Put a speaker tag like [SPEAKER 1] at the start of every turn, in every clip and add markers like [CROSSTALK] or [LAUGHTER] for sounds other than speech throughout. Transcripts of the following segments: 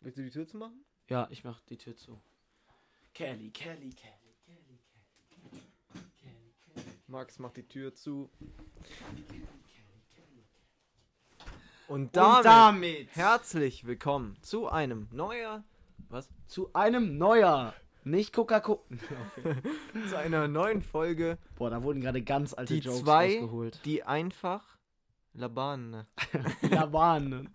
[SPEAKER 1] Willst du die Tür zu machen?
[SPEAKER 2] Ja, ich mach die Tür zu. Kelly, Kelly, Kelly, Kelly, Kelly. Kelly, Kelly,
[SPEAKER 1] Max macht die Tür zu.
[SPEAKER 2] Kelly, Kelly, Kelly.
[SPEAKER 1] Und damit,
[SPEAKER 2] Und damit
[SPEAKER 1] herzlich willkommen zu einem neuer, was?
[SPEAKER 2] zu einem neuer, nicht Coca-Cola.
[SPEAKER 1] Zu einer neuen [LAUGHS] Folge,
[SPEAKER 2] Boah, da wurden gerade ganz alte
[SPEAKER 1] Die
[SPEAKER 2] Jokes
[SPEAKER 1] zwei-
[SPEAKER 2] rausgeholt.
[SPEAKER 1] die einfach Laban.
[SPEAKER 2] [LAUGHS] Laban.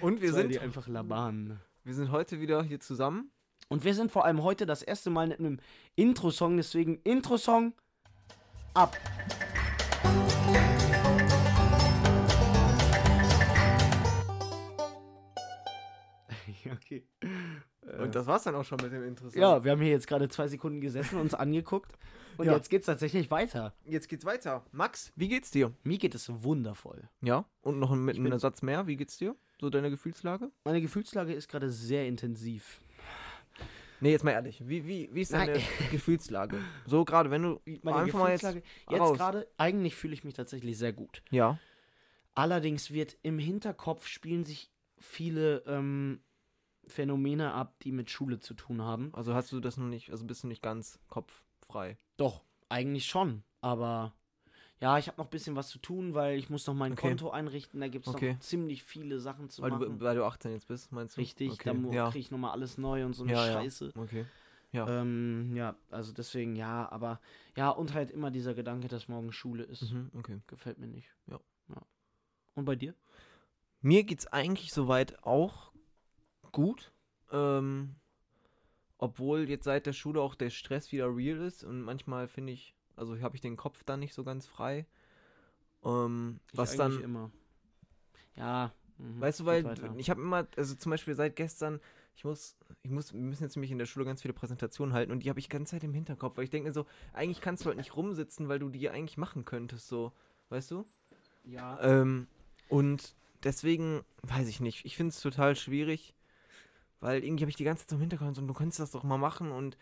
[SPEAKER 1] Und wir
[SPEAKER 2] Zwei, die
[SPEAKER 1] sind,
[SPEAKER 2] einfach Laban.
[SPEAKER 1] wir sind heute wieder hier zusammen.
[SPEAKER 2] Und wir sind vor allem heute das erste Mal mit einem Intro-Song, deswegen Intro-Song [LAUGHS] ab. okay.
[SPEAKER 1] Und das war's dann auch schon mit dem Intro.
[SPEAKER 2] Ja, wir haben hier jetzt gerade zwei Sekunden gesessen, uns angeguckt und
[SPEAKER 1] Ja.
[SPEAKER 2] jetzt geht's tatsächlich weiter.
[SPEAKER 1] Jetzt geht's weiter. Max, wie geht's dir?
[SPEAKER 2] Mir geht es wundervoll.
[SPEAKER 1] Ja. Und noch mit
[SPEAKER 2] Ich bin-
[SPEAKER 1] einem Satz mehr, wie geht's dir? So deine Gefühlslage?
[SPEAKER 2] Meine Gefühlslage ist gerade sehr intensiv.
[SPEAKER 1] Nee, jetzt mal ehrlich. Wie, wie, wie ist
[SPEAKER 2] Nein.
[SPEAKER 1] deine [LAUGHS] Gefühlslage? So gerade, wenn du
[SPEAKER 2] Meine
[SPEAKER 1] einfach mal jetzt.
[SPEAKER 2] Gefühlslage jetzt
[SPEAKER 1] raus.
[SPEAKER 2] gerade, eigentlich fühle ich mich tatsächlich sehr gut.
[SPEAKER 1] Ja.
[SPEAKER 2] Allerdings wird im Hinterkopf spielen sich viele ähm, Phänomene ab, die mit Schule zu tun haben.
[SPEAKER 1] Also hast du das noch nicht, also bist du nicht ganz kopffrei.
[SPEAKER 2] Doch, eigentlich schon. Aber ja, ich habe noch ein bisschen was zu tun, weil ich muss noch mein
[SPEAKER 1] Okay.
[SPEAKER 2] Konto einrichten. Da gibt es
[SPEAKER 1] Okay.
[SPEAKER 2] noch ziemlich viele Sachen zu
[SPEAKER 1] Weil
[SPEAKER 2] machen.
[SPEAKER 1] du, weil du 18 jetzt bist, meinst du?
[SPEAKER 2] Richtig,
[SPEAKER 1] okay.
[SPEAKER 2] da dann
[SPEAKER 1] ja.
[SPEAKER 2] kriege ich nochmal alles neu und so eine
[SPEAKER 1] Ja, ja.
[SPEAKER 2] Scheiße.
[SPEAKER 1] Okay.
[SPEAKER 2] Ja. Ähm, ja, also deswegen ja, aber ja, und halt immer dieser Gedanke, dass morgen Schule ist.
[SPEAKER 1] Mhm, okay.
[SPEAKER 2] Gefällt mir nicht.
[SPEAKER 1] Ja.
[SPEAKER 2] ja. Und bei dir?
[SPEAKER 1] Mir geht's eigentlich soweit auch gut. Ähm, obwohl jetzt seit der Schule auch der Stress wieder real ist und manchmal finde ich, also habe ich den Kopf dann nicht so ganz frei. Ähm,
[SPEAKER 2] Ich
[SPEAKER 1] was
[SPEAKER 2] eigentlich
[SPEAKER 1] dann
[SPEAKER 2] immer. Ja. mhm,
[SPEAKER 1] Weißt du,
[SPEAKER 2] geht
[SPEAKER 1] weil
[SPEAKER 2] weiter.
[SPEAKER 1] ich habe immer, also zum Beispiel seit gestern, ich muss, ich muss, wir müssen jetzt nämlich in der Schule ganz viele Präsentationen halten und die habe ich die ganze Zeit im Hinterkopf, weil ich denke so, eigentlich kannst du halt nicht rumsitzen, weil du die eigentlich machen könntest, so, weißt du?
[SPEAKER 2] ja.
[SPEAKER 1] Ähm, und deswegen, weiß ich nicht, ich finde es total schwierig, weil irgendwie habe ich die ganze Zeit so im Hinterkopf und du könntest das doch mal machen und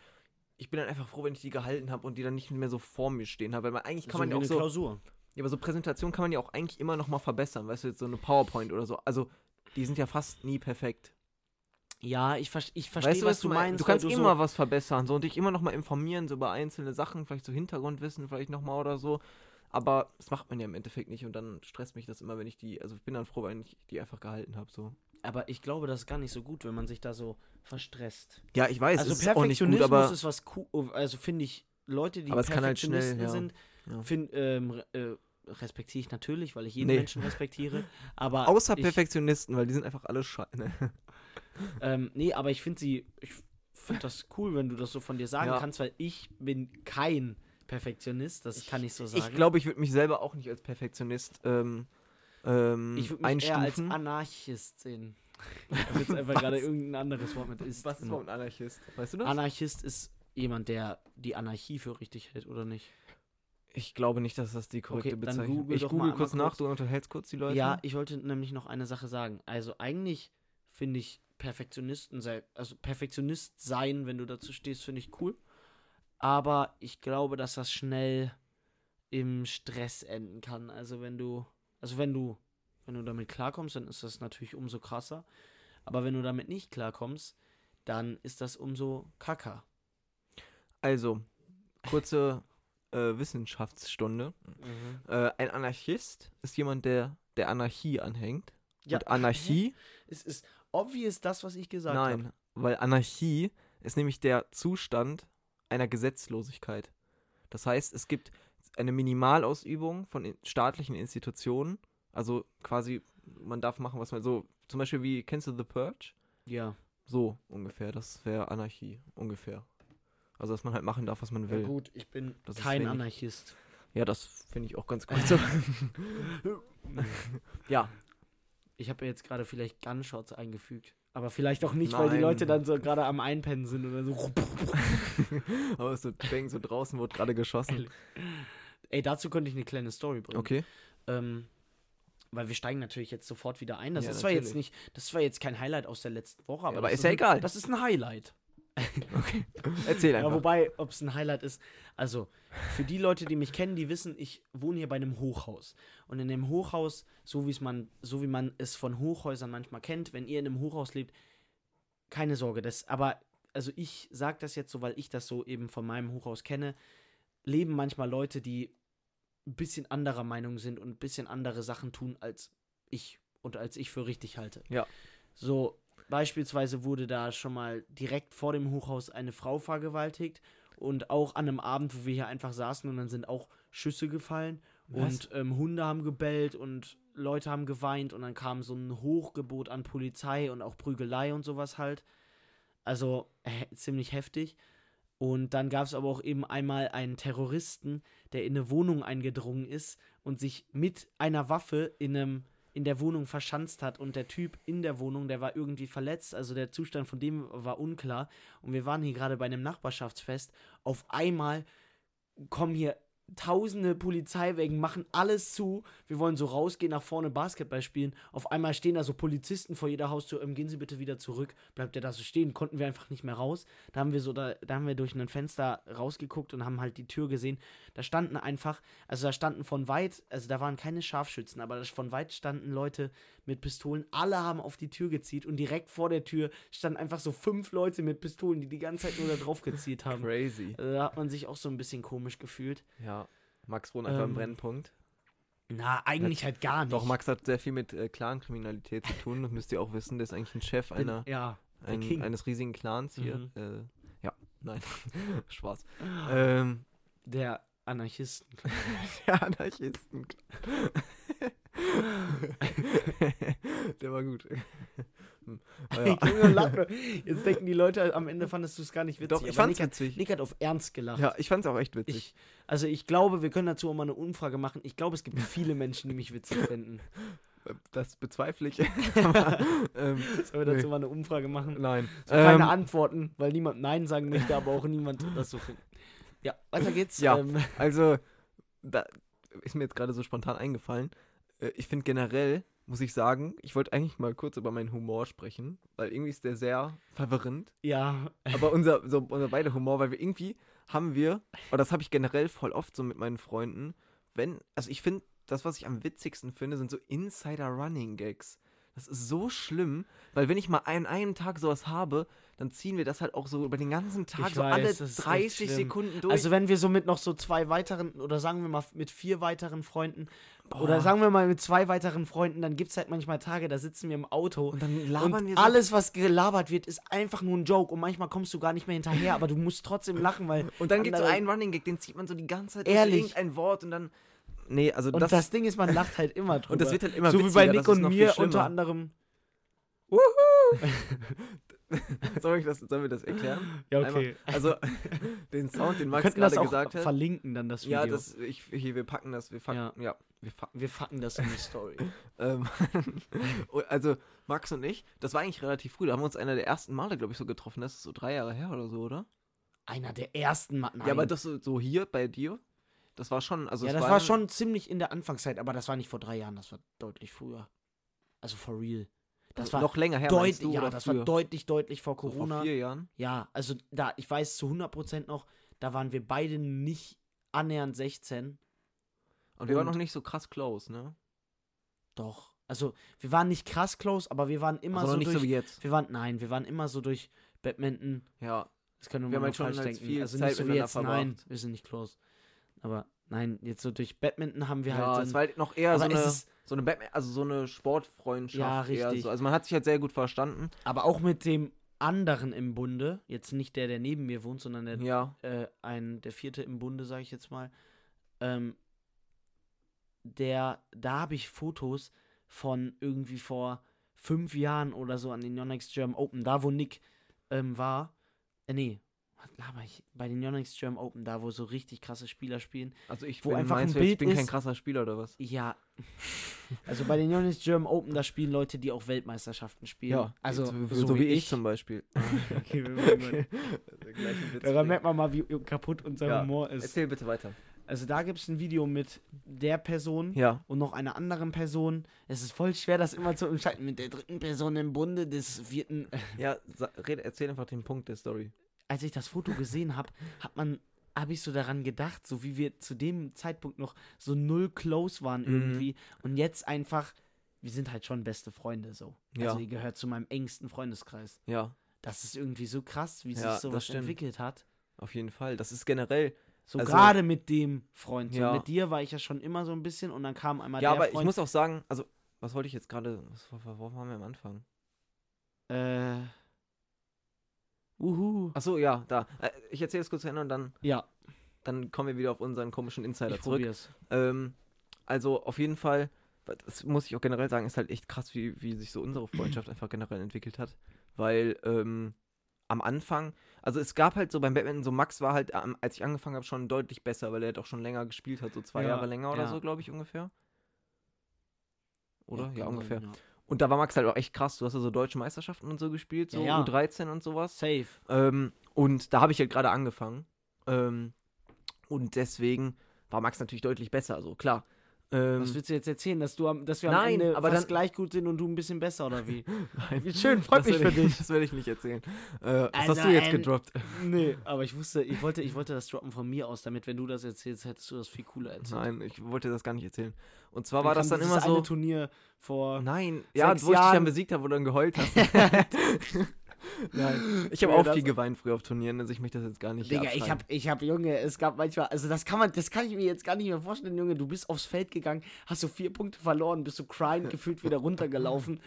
[SPEAKER 1] ich bin dann einfach froh, wenn ich die gehalten habe und die dann nicht mehr so vor mir stehen habe, weil man, eigentlich kann man ja auch
[SPEAKER 2] eine
[SPEAKER 1] so,
[SPEAKER 2] Klausur.
[SPEAKER 1] ja, aber so Präsentationen kann man ja auch eigentlich immer noch mal verbessern, weißt du, jetzt so eine PowerPoint oder so. Also, die sind ja fast nie perfekt.
[SPEAKER 2] Ja, ich, ver ich verstehe,
[SPEAKER 1] weißt du,
[SPEAKER 2] was du meinst.
[SPEAKER 1] Du
[SPEAKER 2] weil
[SPEAKER 1] kannst immer
[SPEAKER 2] so,
[SPEAKER 1] was verbessern so, und dich immer noch mal informieren so über einzelne Sachen, vielleicht so Hintergrundwissen vielleicht noch mal oder so. Aber das macht man ja im Endeffekt nicht und dann stresst mich das immer, wenn ich die, also ich bin dann froh, wenn ich die einfach gehalten habe so.
[SPEAKER 2] aber ich glaube, das ist gar nicht so gut, wenn man sich da so verstresst.
[SPEAKER 1] Ja, ich weiß,
[SPEAKER 2] also
[SPEAKER 1] es ist auch nicht
[SPEAKER 2] Perfektionismus
[SPEAKER 1] gut, aber
[SPEAKER 2] ist was cool, also finde ich Leute, die
[SPEAKER 1] Aber es kann halt schnell,
[SPEAKER 2] Perfektionisten
[SPEAKER 1] ja.
[SPEAKER 2] sind,
[SPEAKER 1] Ja.
[SPEAKER 2] find, ähm, re- äh, respektiere ich natürlich, weil ich jeden
[SPEAKER 1] Nee.
[SPEAKER 2] Menschen
[SPEAKER 1] [LAUGHS]
[SPEAKER 2] respektiere, aber
[SPEAKER 1] außer
[SPEAKER 2] ich,
[SPEAKER 1] Perfektionisten, weil die sind einfach alle ne? scheiße.
[SPEAKER 2] Ähm, nee, aber ich finde sie, ich finde das cool, wenn du das so von dir sagen
[SPEAKER 1] Ja.
[SPEAKER 2] kannst, weil ich bin kein Perfektionist, das kann ich so sagen.
[SPEAKER 1] Ich glaube, ich würde mich selber auch nicht als Perfektionist ähm, ähm,
[SPEAKER 2] ich würde mich eher als
[SPEAKER 1] einstufen.
[SPEAKER 2] Anarchist sehen. [LAUGHS] Ich habe jetzt einfach
[SPEAKER 1] Was?
[SPEAKER 2] gerade irgendein anderes Wort mit ist.
[SPEAKER 1] Was ist
[SPEAKER 2] genommen.
[SPEAKER 1] überhaupt ein Anarchist? Weißt du das?
[SPEAKER 2] Anarchist ist jemand, der die Anarchie für richtig hält, oder nicht?
[SPEAKER 1] ich glaube nicht, dass das die korrekte
[SPEAKER 2] Okay, dann
[SPEAKER 1] Bezeichnung ist.
[SPEAKER 2] google
[SPEAKER 1] Ich
[SPEAKER 2] doch
[SPEAKER 1] google
[SPEAKER 2] mal
[SPEAKER 1] kurz
[SPEAKER 2] einmal
[SPEAKER 1] nach,
[SPEAKER 2] kurz.
[SPEAKER 1] du unterhältst kurz die Leute.
[SPEAKER 2] Ja, ich wollte nämlich noch eine Sache sagen. Also eigentlich finde ich Perfektionisten sei, also Perfektionist sein, wenn du dazu stehst, finde ich cool. Aber ich glaube, dass das schnell im Stress enden kann. Also wenn du, also wenn du, wenn du damit klarkommst, dann ist das natürlich umso krasser. Aber wenn du damit nicht klarkommst, dann ist das umso kacker.
[SPEAKER 1] Also, kurze äh, Wissenschaftsstunde. Äh, ein Anarchist ist jemand, der der Anarchie anhängt.
[SPEAKER 2] Ja.
[SPEAKER 1] Und
[SPEAKER 2] [LAUGHS]
[SPEAKER 1] Anarchie,
[SPEAKER 2] Es ist obvious das, was ich gesagt habe.
[SPEAKER 1] nein, weil Anarchie ist nämlich der Zustand einer Gesetzlosigkeit. Das heißt, es gibt eine Minimalausübung von in- staatlichen Institutionen. Also quasi, man darf machen, was man so. Zum Beispiel wie, kennst du The Purge?
[SPEAKER 2] Ja.
[SPEAKER 1] So ungefähr, das wäre Anarchie, ungefähr. Also, dass man halt machen darf, was man
[SPEAKER 2] ja
[SPEAKER 1] will.
[SPEAKER 2] gut, ich bin
[SPEAKER 1] Das ist
[SPEAKER 2] kein
[SPEAKER 1] wenig.
[SPEAKER 2] Anarchist.
[SPEAKER 1] Ja, das finde ich auch ganz [LAUGHS] gut so. ja,
[SPEAKER 2] Ich habe jetzt gerade vielleicht Gunshots eingefügt. Aber vielleicht auch nicht, weil die
[SPEAKER 1] Nein.
[SPEAKER 2] Leute dann so gerade am Einpennen sind oder so. [LAUGHS]
[SPEAKER 1] aber es so, bang, so draußen wurde gerade geschossen.
[SPEAKER 2] Ey, dazu könnte ich eine kleine Story bringen.
[SPEAKER 1] Okay.
[SPEAKER 2] Ähm, weil wir steigen natürlich jetzt sofort wieder ein. Das
[SPEAKER 1] Ja,
[SPEAKER 2] ist zwar jetzt
[SPEAKER 1] natürlich.
[SPEAKER 2] nicht, das war jetzt kein Highlight aus der letzten Woche, aber,
[SPEAKER 1] aber
[SPEAKER 2] das
[SPEAKER 1] ist ja
[SPEAKER 2] ein-
[SPEAKER 1] egal.
[SPEAKER 2] Das ist ein Highlight.
[SPEAKER 1] [LAUGHS] Erzähl
[SPEAKER 2] Ja,
[SPEAKER 1] einfach.
[SPEAKER 2] wobei, ob es ein Highlight ist. Also, für die Leute, die mich kennen, die wissen, ich wohne hier bei einem Hochhaus. Und in dem Hochhaus, so, wie's man, so wie man es von Hochhäusern manchmal kennt, wenn ihr in einem Hochhaus lebt, keine Sorge, das, aber also ich sage das jetzt so, weil ich das so eben von meinem Hochhaus kenne, leben manchmal Leute, die ein bisschen anderer Meinung sind und ein bisschen andere Sachen tun als ich und als ich für richtig halte.
[SPEAKER 1] Ja.
[SPEAKER 2] So, beispielsweise wurde da schon mal direkt vor dem Hochhaus eine Frau vergewaltigt und auch an einem Abend, wo wir hier einfach saßen und dann sind auch Schüsse gefallen und ähm, Hunde haben gebellt und Leute haben geweint und dann kam so ein Hochgebot an Polizei und auch Prügelei und sowas halt. Also he ziemlich heftig. Und dann gab es aber auch eben einmal einen Terroristen, der in eine Wohnung eingedrungen ist und sich mit einer Waffe in, einem, in der Wohnung verschanzt hat. Und der Typ in der Wohnung, der war irgendwie verletzt. Also der Zustand von dem war unklar. Und wir waren hier gerade bei einem Nachbarschaftsfest. Auf einmal kommen hier tausende Polizeiwägen, machen alles zu. Wir wollen so rausgehen, nach vorne Basketball spielen. Auf einmal stehen da so Polizisten vor jeder Haustür. Ähm, gehen Sie bitte wieder zurück. Bleibt der da so stehen? Konnten wir einfach nicht mehr raus. Da haben wir so, da, da haben wir durch ein Fenster rausgeguckt und haben halt die Tür gesehen. Da standen einfach, also da standen von weit, also da waren keine Scharfschützen, aber von weit standen Leute mit Pistolen. Alle haben auf die Tür gezielt und direkt vor der Tür standen einfach so fünf Leute mit Pistolen, die die ganze Zeit nur da drauf gezielt haben.
[SPEAKER 1] Crazy.
[SPEAKER 2] Also da hat man sich auch so ein bisschen komisch gefühlt.
[SPEAKER 1] Ja. Max wohnt einfach im
[SPEAKER 2] Ähm,
[SPEAKER 1] Brennpunkt.
[SPEAKER 2] Na, eigentlich halt gar nicht.
[SPEAKER 1] Doch, Max hat sehr viel mit äh, Clan-Kriminalität zu tun. Das müsst ihr auch wissen. Der ist eigentlich ein Chef
[SPEAKER 2] Bin-
[SPEAKER 1] einer,
[SPEAKER 2] Ja, der
[SPEAKER 1] ein,
[SPEAKER 2] King.
[SPEAKER 1] eines riesigen Clans hier.
[SPEAKER 2] Mhm.
[SPEAKER 1] Äh, ja, [LAUGHS] nein. Spaß. [LAUGHS] Ähm,
[SPEAKER 2] der Anarchisten.
[SPEAKER 1] [LAUGHS] der Anarchisten. der war gut. Hm. Aber ja.
[SPEAKER 2] [LAUGHS] Junge, lach nur. Jetzt denken die Leute, am Ende fandest du es gar nicht witzig.
[SPEAKER 1] Doch, ich
[SPEAKER 2] aber
[SPEAKER 1] fand's
[SPEAKER 2] Nick,
[SPEAKER 1] witzig.
[SPEAKER 2] hat, Nick hat auf Ernst gelacht.
[SPEAKER 1] Ja, ich fand's auch echt witzig.
[SPEAKER 2] ich, also ich glaube, wir können dazu auch mal eine Umfrage machen. Ich glaube, es gibt viele Menschen, die mich witzig finden.
[SPEAKER 1] Das bezweifle ich. [LAUGHS] Aber, ähm,
[SPEAKER 2] Sollen wir dazu
[SPEAKER 1] nee,
[SPEAKER 2] mal eine Umfrage machen?
[SPEAKER 1] Nein.
[SPEAKER 2] So, keine
[SPEAKER 1] ähm,
[SPEAKER 2] Antworten, weil niemand Nein sagen möchte, aber auch niemand das so findet. Ja, weiter geht's.
[SPEAKER 1] Ja.
[SPEAKER 2] Ähm,
[SPEAKER 1] also, da ist mir jetzt gerade so spontan eingefallen. Äh, Ich finde generell, muss ich sagen, ich wollte eigentlich mal kurz über meinen Humor sprechen, weil irgendwie ist der sehr verwirrend.
[SPEAKER 2] ja.
[SPEAKER 1] Aber unser, so unser beide Humor, weil wir irgendwie haben wir, oder das habe ich generell voll oft so mit meinen Freunden, wenn, also ich finde, das, was ich am witzigsten finde, sind so Insider-Running-Gags. Das ist so schlimm, weil wenn ich mal an einem Tag sowas habe, dann ziehen wir das halt auch so über den ganzen Tag,
[SPEAKER 2] Ich
[SPEAKER 1] so
[SPEAKER 2] weiß,
[SPEAKER 1] alle
[SPEAKER 2] das ist echt
[SPEAKER 1] 30
[SPEAKER 2] schlimm.
[SPEAKER 1] Sekunden durch.
[SPEAKER 2] Also wenn wir so mit noch so zwei weiteren, oder sagen wir mal mit vier weiteren Freunden, oder
[SPEAKER 1] Boah.
[SPEAKER 2] sagen wir mal mit zwei weiteren Freunden, dann gibt es halt manchmal Tage, da sitzen wir im Auto
[SPEAKER 1] und dann labern
[SPEAKER 2] und
[SPEAKER 1] wir so
[SPEAKER 2] alles, was gelabert wird, ist einfach nur ein Joke und manchmal kommst du gar nicht mehr hinterher, aber du musst trotzdem lachen, weil
[SPEAKER 1] [LAUGHS] Und dann gibt es so
[SPEAKER 2] andere-
[SPEAKER 1] einen Running Gag, den zieht man so die ganze Zeit
[SPEAKER 2] Ehrlich?
[SPEAKER 1] ein Wort und dann. Nee, also
[SPEAKER 2] und das,
[SPEAKER 1] das,
[SPEAKER 2] Ding ist, man lacht halt immer drüber.
[SPEAKER 1] und das wird halt immer
[SPEAKER 2] so wie
[SPEAKER 1] witziger,
[SPEAKER 2] bei
[SPEAKER 1] das
[SPEAKER 2] Nick
[SPEAKER 1] ist
[SPEAKER 2] und
[SPEAKER 1] noch viel
[SPEAKER 2] mir
[SPEAKER 1] schlimmer.
[SPEAKER 2] unter anderem. [LAUGHS]
[SPEAKER 1] Sollen wir das, sollen wir das erklären?
[SPEAKER 2] Ja,
[SPEAKER 1] Einmal- also den Sound, den
[SPEAKER 2] Wir
[SPEAKER 1] Max
[SPEAKER 2] könnten das
[SPEAKER 1] gerade
[SPEAKER 2] auch
[SPEAKER 1] gesagt hat.
[SPEAKER 2] verlinken dann das Video.
[SPEAKER 1] Ja, das, ich, hier, wir packen das, wir packen, ja, wir fa-
[SPEAKER 2] wir fucken das in die Story.
[SPEAKER 1] ähm, [LAUGHS] und Also Max und ich, das war eigentlich relativ früh, da haben wir uns einer der ersten Male, glaube ich, so getroffen, das ist so drei Jahre her oder so, oder?
[SPEAKER 2] Einer der ersten Mal. Nein.
[SPEAKER 1] Ja, aber das so, so hier bei dir, das war schon, also
[SPEAKER 2] Ja,
[SPEAKER 1] es
[SPEAKER 2] das war
[SPEAKER 1] dann-
[SPEAKER 2] schon ziemlich in der Anfangszeit, aber das war nicht vor drei Jahren, das war deutlich früher. Also for real. Das war
[SPEAKER 1] noch länger her, meinst
[SPEAKER 2] deutlich,
[SPEAKER 1] du,
[SPEAKER 2] ja,
[SPEAKER 1] oder
[SPEAKER 2] das
[SPEAKER 1] früher?
[SPEAKER 2] war deutlich, deutlich vor
[SPEAKER 1] So
[SPEAKER 2] Corona.
[SPEAKER 1] Vor vier Jahren.
[SPEAKER 2] Ja, also da, ich weiß zu 100% noch, da waren wir beide nicht annähernd 16.
[SPEAKER 1] Und wir waren
[SPEAKER 2] Und-
[SPEAKER 1] noch nicht so krass close, ne?
[SPEAKER 2] Doch. Also, wir waren nicht krass close, aber wir waren immer
[SPEAKER 1] also noch
[SPEAKER 2] so
[SPEAKER 1] nicht
[SPEAKER 2] durch.
[SPEAKER 1] so wie jetzt.
[SPEAKER 2] wir waren, nein, wir waren immer so durch Badminton.
[SPEAKER 1] Ja,
[SPEAKER 2] Das können
[SPEAKER 1] Wir
[SPEAKER 2] wir
[SPEAKER 1] haben
[SPEAKER 2] mal
[SPEAKER 1] halt schon
[SPEAKER 2] falsch
[SPEAKER 1] halt
[SPEAKER 2] denken.
[SPEAKER 1] viel
[SPEAKER 2] also
[SPEAKER 1] Zeit
[SPEAKER 2] nicht so wie
[SPEAKER 1] miteinander
[SPEAKER 2] jetzt, nein,
[SPEAKER 1] verbracht.
[SPEAKER 2] wir sind nicht close. Aber nein, jetzt so durch Badminton haben wir
[SPEAKER 1] ja
[SPEAKER 2] halt.
[SPEAKER 1] es
[SPEAKER 2] so
[SPEAKER 1] war
[SPEAKER 2] ein-
[SPEAKER 1] halt noch eher so
[SPEAKER 2] aber,
[SPEAKER 1] eine,
[SPEAKER 2] es ist,
[SPEAKER 1] so eine Batman, also so eine Sportfreundschaft.
[SPEAKER 2] Ja,
[SPEAKER 1] Eher
[SPEAKER 2] richtig.
[SPEAKER 1] so. Also man hat sich halt sehr gut verstanden.
[SPEAKER 2] aber auch mit dem anderen im Bunde, jetzt nicht der, der neben mir wohnt, sondern der,
[SPEAKER 1] Ja.
[SPEAKER 2] äh, ein, der vierte im Bunde, sage ich jetzt mal, ähm, der, da habe ich Fotos von irgendwie vor fünf Jahren oder so an den Yonex German Open, da wo Nick ähm, war, äh, nee, was laber ich, bei den Yonex German Open, da wo so richtig krasse Spieler spielen,
[SPEAKER 1] Also ich
[SPEAKER 2] Wo
[SPEAKER 1] bin,
[SPEAKER 2] einfach
[SPEAKER 1] meinst
[SPEAKER 2] ein
[SPEAKER 1] du, jetzt, ich
[SPEAKER 2] Bild
[SPEAKER 1] bin kein
[SPEAKER 2] ist-
[SPEAKER 1] krasser Spieler oder was? [LAUGHS]
[SPEAKER 2] ja, also bei den Yonex German Open, da spielen Leute, die auch Weltmeisterschaften spielen, also
[SPEAKER 1] so, so, wie ich, zum [LAUGHS] Beispiel.
[SPEAKER 2] [LAUGHS] Okay, wir wollen Daran merkt man mal, wie kaputt unser
[SPEAKER 1] Ja,
[SPEAKER 2] Humor ist.
[SPEAKER 1] Erzähl bitte weiter.
[SPEAKER 2] Also da gibt es ein Video mit der Person
[SPEAKER 1] Ja.
[SPEAKER 2] und noch einer anderen Person. Es ist voll schwer, das immer zu entscheiden. Mit der dritten Person im Bunde des vierten.
[SPEAKER 1] Ja, sa- red, erzähl einfach den Punkt der Story.
[SPEAKER 2] Als ich das Foto gesehen habe, hat man habe ich so daran gedacht, so wie wir zu dem Zeitpunkt noch so null close waren
[SPEAKER 1] Mhm.
[SPEAKER 2] irgendwie und jetzt einfach, wir sind halt schon beste Freunde so.
[SPEAKER 1] Ja.
[SPEAKER 2] Also ihr gehört zu meinem engsten Freundeskreis.
[SPEAKER 1] Ja.
[SPEAKER 2] Das ist irgendwie so krass, wie
[SPEAKER 1] Ja,
[SPEAKER 2] sich sowas
[SPEAKER 1] das stimmt.
[SPEAKER 2] entwickelt hat.
[SPEAKER 1] Auf jeden Fall. Das ist generell.
[SPEAKER 2] So
[SPEAKER 1] Also-
[SPEAKER 2] gerade mit dem Freund. So
[SPEAKER 1] Ja.
[SPEAKER 2] Mit dir war ich ja schon immer so ein bisschen und dann kam einmal
[SPEAKER 1] ja,
[SPEAKER 2] der
[SPEAKER 1] aber ich
[SPEAKER 2] Freund.
[SPEAKER 1] muss auch sagen, also, was wollte ich jetzt gerade. was- Worauf haben wir am Anfang?
[SPEAKER 2] äh, uhu.
[SPEAKER 1] Achso, ja, da. Äh, Ich erzähle es kurz zu Ende und dann,
[SPEAKER 2] Ja,
[SPEAKER 1] dann kommen wir wieder auf unseren komischen Insider
[SPEAKER 2] ich
[SPEAKER 1] zurück.
[SPEAKER 2] probier's.
[SPEAKER 1] Ähm, also auf jeden Fall, das muss ich auch generell sagen, ist halt echt krass, wie, wie sich so unsere Freundschaft einfach generell entwickelt hat. Weil ähm, am Anfang, also es gab halt so beim Batman, so Max war halt, ähm, als ich angefangen habe, schon deutlich besser, weil er doch schon länger gespielt hat, so zwei
[SPEAKER 2] Ja,
[SPEAKER 1] Jahre länger oder
[SPEAKER 2] ja.
[SPEAKER 1] so, glaube ich, ungefähr. Oder? Ja,
[SPEAKER 2] kann
[SPEAKER 1] ungefähr.
[SPEAKER 2] sein, ja. genau.
[SPEAKER 1] Und da war Max halt auch echt krass. Du hast ja so deutsche Meisterschaften und so gespielt, so
[SPEAKER 2] Ja, ja.
[SPEAKER 1] U13 und sowas.
[SPEAKER 2] Safe.
[SPEAKER 1] Ähm, und da habe ich halt gerade angefangen. Ähm, und deswegen war Max natürlich deutlich besser, also klar. Ähm,
[SPEAKER 2] Was willst du jetzt erzählen, dass du am, dass wir
[SPEAKER 1] Nein,
[SPEAKER 2] am Ende
[SPEAKER 1] aber
[SPEAKER 2] fast
[SPEAKER 1] dann-
[SPEAKER 2] gleich gut sind und du ein bisschen besser oder
[SPEAKER 1] [LAUGHS]
[SPEAKER 2] wie?
[SPEAKER 1] Nein.
[SPEAKER 2] Wie schön, freut
[SPEAKER 1] Das
[SPEAKER 2] mich
[SPEAKER 1] werde
[SPEAKER 2] für
[SPEAKER 1] ich-
[SPEAKER 2] dich.
[SPEAKER 1] Das werde ich nicht erzählen. Äh, was
[SPEAKER 2] Also,
[SPEAKER 1] hast du jetzt
[SPEAKER 2] ähm,
[SPEAKER 1] gedroppt? [LAUGHS]
[SPEAKER 2] nee, aber ich wusste, ich wollte, ich wollte das droppen von mir aus, damit wenn du das erzählst, hättest du das viel cooler erzählt.
[SPEAKER 1] Nein, ich wollte das gar nicht erzählen. Und zwar war das dann
[SPEAKER 2] kam dieses
[SPEAKER 1] immer so.
[SPEAKER 2] eine Turnier vor
[SPEAKER 1] Nein, ja, wo ich
[SPEAKER 2] sechs
[SPEAKER 1] dich dann
[SPEAKER 2] Jahren.
[SPEAKER 1] besiegt habe, wo du dann geheult
[SPEAKER 2] [LAUGHS]
[SPEAKER 1] hast. [LAUGHS]
[SPEAKER 2] Nein.
[SPEAKER 1] Ich habe
[SPEAKER 2] Nee,
[SPEAKER 1] auch
[SPEAKER 2] das-
[SPEAKER 1] viel geweint früher auf Turnieren, also ich möchte das jetzt gar nicht.
[SPEAKER 2] Digga, ich
[SPEAKER 1] abschreiben.
[SPEAKER 2] hab, ich hab, Junge, es gab manchmal, also das kann man, das kann ich mir jetzt gar nicht mehr vorstellen, Junge, du bist aufs Feld gegangen, hast so vier Punkte verloren, bist
[SPEAKER 1] [LAUGHS]
[SPEAKER 2] so crying gefühlt wieder runtergelaufen.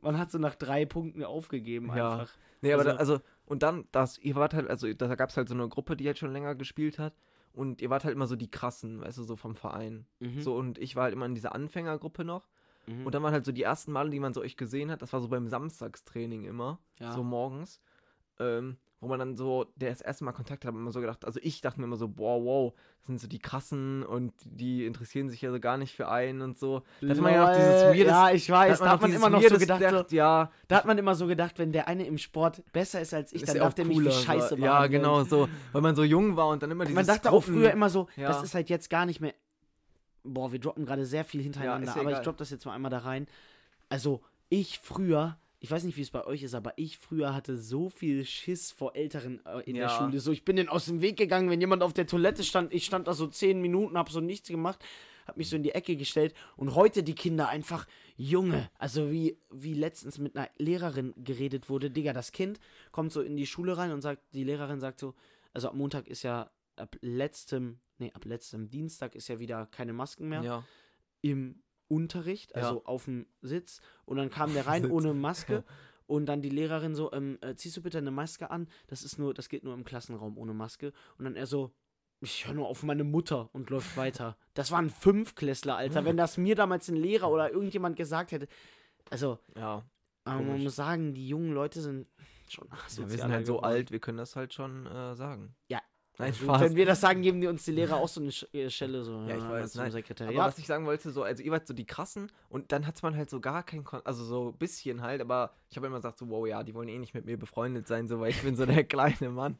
[SPEAKER 2] Man hat so nach drei Punkten aufgegeben
[SPEAKER 1] Ja.
[SPEAKER 2] einfach.
[SPEAKER 1] Nee, aber
[SPEAKER 2] Also-
[SPEAKER 1] da, also, und dann, das, ihr wart halt, also da gab es halt so eine Gruppe, die halt schon länger gespielt hat. Und ihr wart halt immer so die krassen, weißt du, so vom Verein. So, und ich war halt immer in dieser Anfängergruppe noch.
[SPEAKER 2] Mhm.
[SPEAKER 1] Und dann waren halt so die ersten Male, die man so euch gesehen hat, das war so beim Samstagstraining immer,
[SPEAKER 2] Ja.
[SPEAKER 1] so morgens. Ähm, wo man dann so, der das erste Mal Kontakt hat, hat man immer so gedacht, also ich dachte mir immer so, boah, wow, das sind so die krassen und die interessieren sich ja so gar nicht für einen und so. Da hat man ja noch dieses
[SPEAKER 2] Lol,
[SPEAKER 1] weirdes,
[SPEAKER 2] Ja, ich weiß, da
[SPEAKER 1] noch
[SPEAKER 2] hat man
[SPEAKER 1] dieses
[SPEAKER 2] immer noch so
[SPEAKER 1] weirdes
[SPEAKER 2] gedacht, so,
[SPEAKER 1] ja,
[SPEAKER 2] da hat man immer so gedacht, wenn der eine im Sport besser ist als ich,
[SPEAKER 1] ist
[SPEAKER 2] dann
[SPEAKER 1] ja
[SPEAKER 2] darf
[SPEAKER 1] auch
[SPEAKER 2] der mich wie
[SPEAKER 1] cooler,
[SPEAKER 2] scheiße
[SPEAKER 1] so.
[SPEAKER 2] machen.
[SPEAKER 1] Ja, genau, so, weil man so jung war und dann immer dieses
[SPEAKER 2] Man dachte auch früher
[SPEAKER 1] Gruppen-
[SPEAKER 2] immer so,
[SPEAKER 1] Ja.
[SPEAKER 2] das ist halt jetzt gar nicht mehr. Boah, wir droppen gerade sehr viel hintereinander,
[SPEAKER 1] Ja, ist ja
[SPEAKER 2] aber ich
[SPEAKER 1] egal.
[SPEAKER 2] droppe das jetzt mal einmal da rein. Also, ich früher, ich weiß nicht, wie es bei euch ist, aber ich früher hatte so viel Schiss vor Älteren äh, in
[SPEAKER 1] Ja.
[SPEAKER 2] der Schule. So, ich bin denen aus dem Weg gegangen, wenn jemand auf der Toilette stand. Ich stand da so zehn Minuten, hab so nichts gemacht, hab mich so in die Ecke gestellt. Und heute die Kinder einfach, Junge, also wie, wie letztens mit einer Lehrerin geredet wurde, Digga, das Kind kommt so in die Schule rein und sagt, die Lehrerin sagt so, also ab Montag ist ja, ab letztem, nee, ab letztem Dienstag ist ja wieder keine Masken mehr
[SPEAKER 1] ja.
[SPEAKER 2] im Unterricht,
[SPEAKER 1] Ja.
[SPEAKER 2] also auf dem Sitz. Und dann kam der rein
[SPEAKER 1] Sitz.
[SPEAKER 2] ohne Maske. Und dann die Lehrerin so, ähm, äh, ziehst du bitte eine Maske an? Das ist nur, das geht nur im Klassenraum ohne Maske. Und dann er so, ich höre nur auf meine Mutter und läuft weiter. Das war ein Fünfklässler, Alter. Wenn das mir damals ein Lehrer oder irgendjemand gesagt hätte. Also,
[SPEAKER 1] ja.
[SPEAKER 2] aber man
[SPEAKER 1] Komisch.
[SPEAKER 2] muss sagen, die jungen Leute sind schon
[SPEAKER 1] Ja,
[SPEAKER 2] asozial.
[SPEAKER 1] wir sind halt so alt, wir können das halt schon äh, sagen.
[SPEAKER 2] Ja.
[SPEAKER 1] Nein,
[SPEAKER 2] [LAUGHS]
[SPEAKER 1] Spaß.
[SPEAKER 2] Wenn wir das sagen, geben die uns die Lehrer auch so eine Sch äh, Schelle, so
[SPEAKER 1] Ja, ich weiß,
[SPEAKER 2] zum
[SPEAKER 1] nein.
[SPEAKER 2] Sekretariat.
[SPEAKER 1] Aber was ich sagen wollte, so, also ihr wart so die krassen und dann hat man halt so gar keinen Kon also so ein bisschen halt, aber ich habe immer gesagt, so, wow, ja, die wollen eh nicht mit mir befreundet sein, so, weil ich bin so der [LAUGHS] kleine Mann.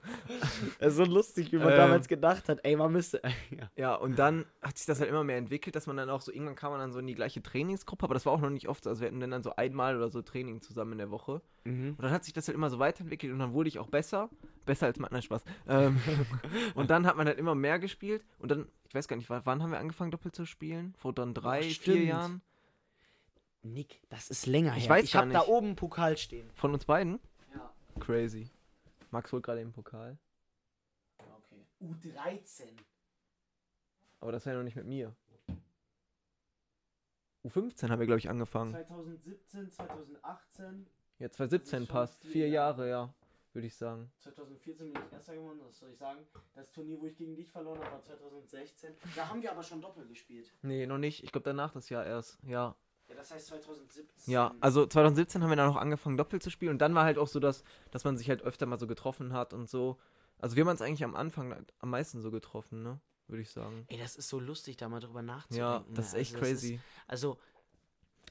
[SPEAKER 2] Es ist so lustig, wie man
[SPEAKER 1] Ähm.
[SPEAKER 2] damals gedacht hat. Ey, man müsste. [LAUGHS] Ja.
[SPEAKER 1] Ja, und dann hat sich das halt immer mehr entwickelt, dass man dann auch so, irgendwann kam man dann so in die gleiche Trainingsgruppe, aber das war auch noch nicht oft, so. also wir hatten dann so einmal oder so Training zusammen in der Woche.
[SPEAKER 2] Mhm.
[SPEAKER 1] Und dann hat sich das halt immer so weiterentwickelt und dann wurde ich auch besser. Besser als mein nein, Spaß. [LAUGHS] Ähm, und dann hat man halt immer mehr gespielt und dann, ich weiß gar nicht, wann wann haben wir angefangen, doppelt zu spielen? Vor dann drei, vier
[SPEAKER 2] stimmt.
[SPEAKER 1] Jahren?
[SPEAKER 2] Nick, das ist länger
[SPEAKER 1] Ich
[SPEAKER 2] her.
[SPEAKER 1] weiß
[SPEAKER 2] ich
[SPEAKER 1] gar
[SPEAKER 2] habe da
[SPEAKER 1] nicht.
[SPEAKER 2] oben einen Pokal stehen.
[SPEAKER 1] Von uns beiden?
[SPEAKER 2] Ja.
[SPEAKER 1] Crazy. Max holt gerade den Pokal.
[SPEAKER 2] Okay. U13.
[SPEAKER 1] Aber das war ja noch nicht mit mir. U15 haben wir, glaube ich, angefangen.
[SPEAKER 2] 2017, 2018,
[SPEAKER 1] Ja, 2017
[SPEAKER 2] schon
[SPEAKER 1] passt.
[SPEAKER 2] vier
[SPEAKER 1] Vier
[SPEAKER 2] Jahre.
[SPEAKER 1] Jahre, ja, würde ich sagen.
[SPEAKER 2] 2014 bin ich Erster geworden, was soll ich sagen? Das Turnier, wo ich gegen dich verloren habe, war 2016. Da haben wir aber schon Doppel gespielt.
[SPEAKER 1] Nee, noch nicht. Ich glaube, danach das Jahr erst. Ja.
[SPEAKER 2] Ja, das heißt 2017.
[SPEAKER 1] Ja, also 2017 haben wir dann auch angefangen, Doppel zu spielen. Und dann war halt auch so, dass, dass man sich halt öfter mal so getroffen hat und so. Also, wir haben uns eigentlich am Anfang am meisten so getroffen, ne? Würde ich sagen.
[SPEAKER 2] Ey, das ist so lustig, da mal drüber
[SPEAKER 1] Ja,
[SPEAKER 2] nachzudenken.
[SPEAKER 1] das ist
[SPEAKER 2] ne?
[SPEAKER 1] echt
[SPEAKER 2] Also das
[SPEAKER 1] crazy.
[SPEAKER 2] Ist, also,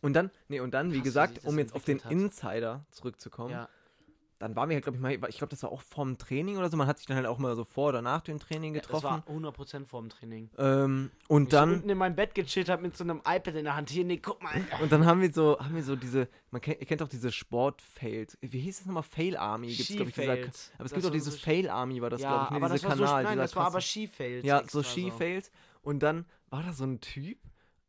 [SPEAKER 1] Und dann, nee, und dann,
[SPEAKER 2] Krass,
[SPEAKER 1] wie
[SPEAKER 2] wie sich
[SPEAKER 1] gesagt,
[SPEAKER 2] das
[SPEAKER 1] um jetzt auf den
[SPEAKER 2] entwickelt hat.
[SPEAKER 1] Insider zurückzukommen,
[SPEAKER 2] ja.
[SPEAKER 1] dann waren wir halt, glaube ich, mal, ich glaube, das war auch vorm Training oder so. Man hat sich dann halt auch mal so vor oder nach dem Training
[SPEAKER 2] Ja,
[SPEAKER 1] getroffen.
[SPEAKER 2] das war 100% vorm Training.
[SPEAKER 1] ähm, und
[SPEAKER 2] Ich so
[SPEAKER 1] dann,
[SPEAKER 2] unten in meinem Bett gechillt habe mit so einem iPad in der Hand. Hier, Nick, guck mal.
[SPEAKER 1] und dann haben wir so, haben wir so diese, man kennt, ihr kennt auch diese Sport-Fails. Wie hieß das nochmal? Fail Army gibt's, glaub ich, dieser,
[SPEAKER 2] Skifails.
[SPEAKER 1] Aber es
[SPEAKER 2] Das
[SPEAKER 1] gibt auch
[SPEAKER 2] war
[SPEAKER 1] dieses
[SPEAKER 2] so-
[SPEAKER 1] Fail Army, war das,
[SPEAKER 2] ja,
[SPEAKER 1] glaube ich, ne?
[SPEAKER 2] aber
[SPEAKER 1] Dieser
[SPEAKER 2] das war so,
[SPEAKER 1] Kanal,
[SPEAKER 2] nein,
[SPEAKER 1] dieser
[SPEAKER 2] das war aber
[SPEAKER 1] krasse-
[SPEAKER 2] Skifails.
[SPEAKER 1] Ja, so
[SPEAKER 2] extra
[SPEAKER 1] Skifails. Und dann war da so ein Typ,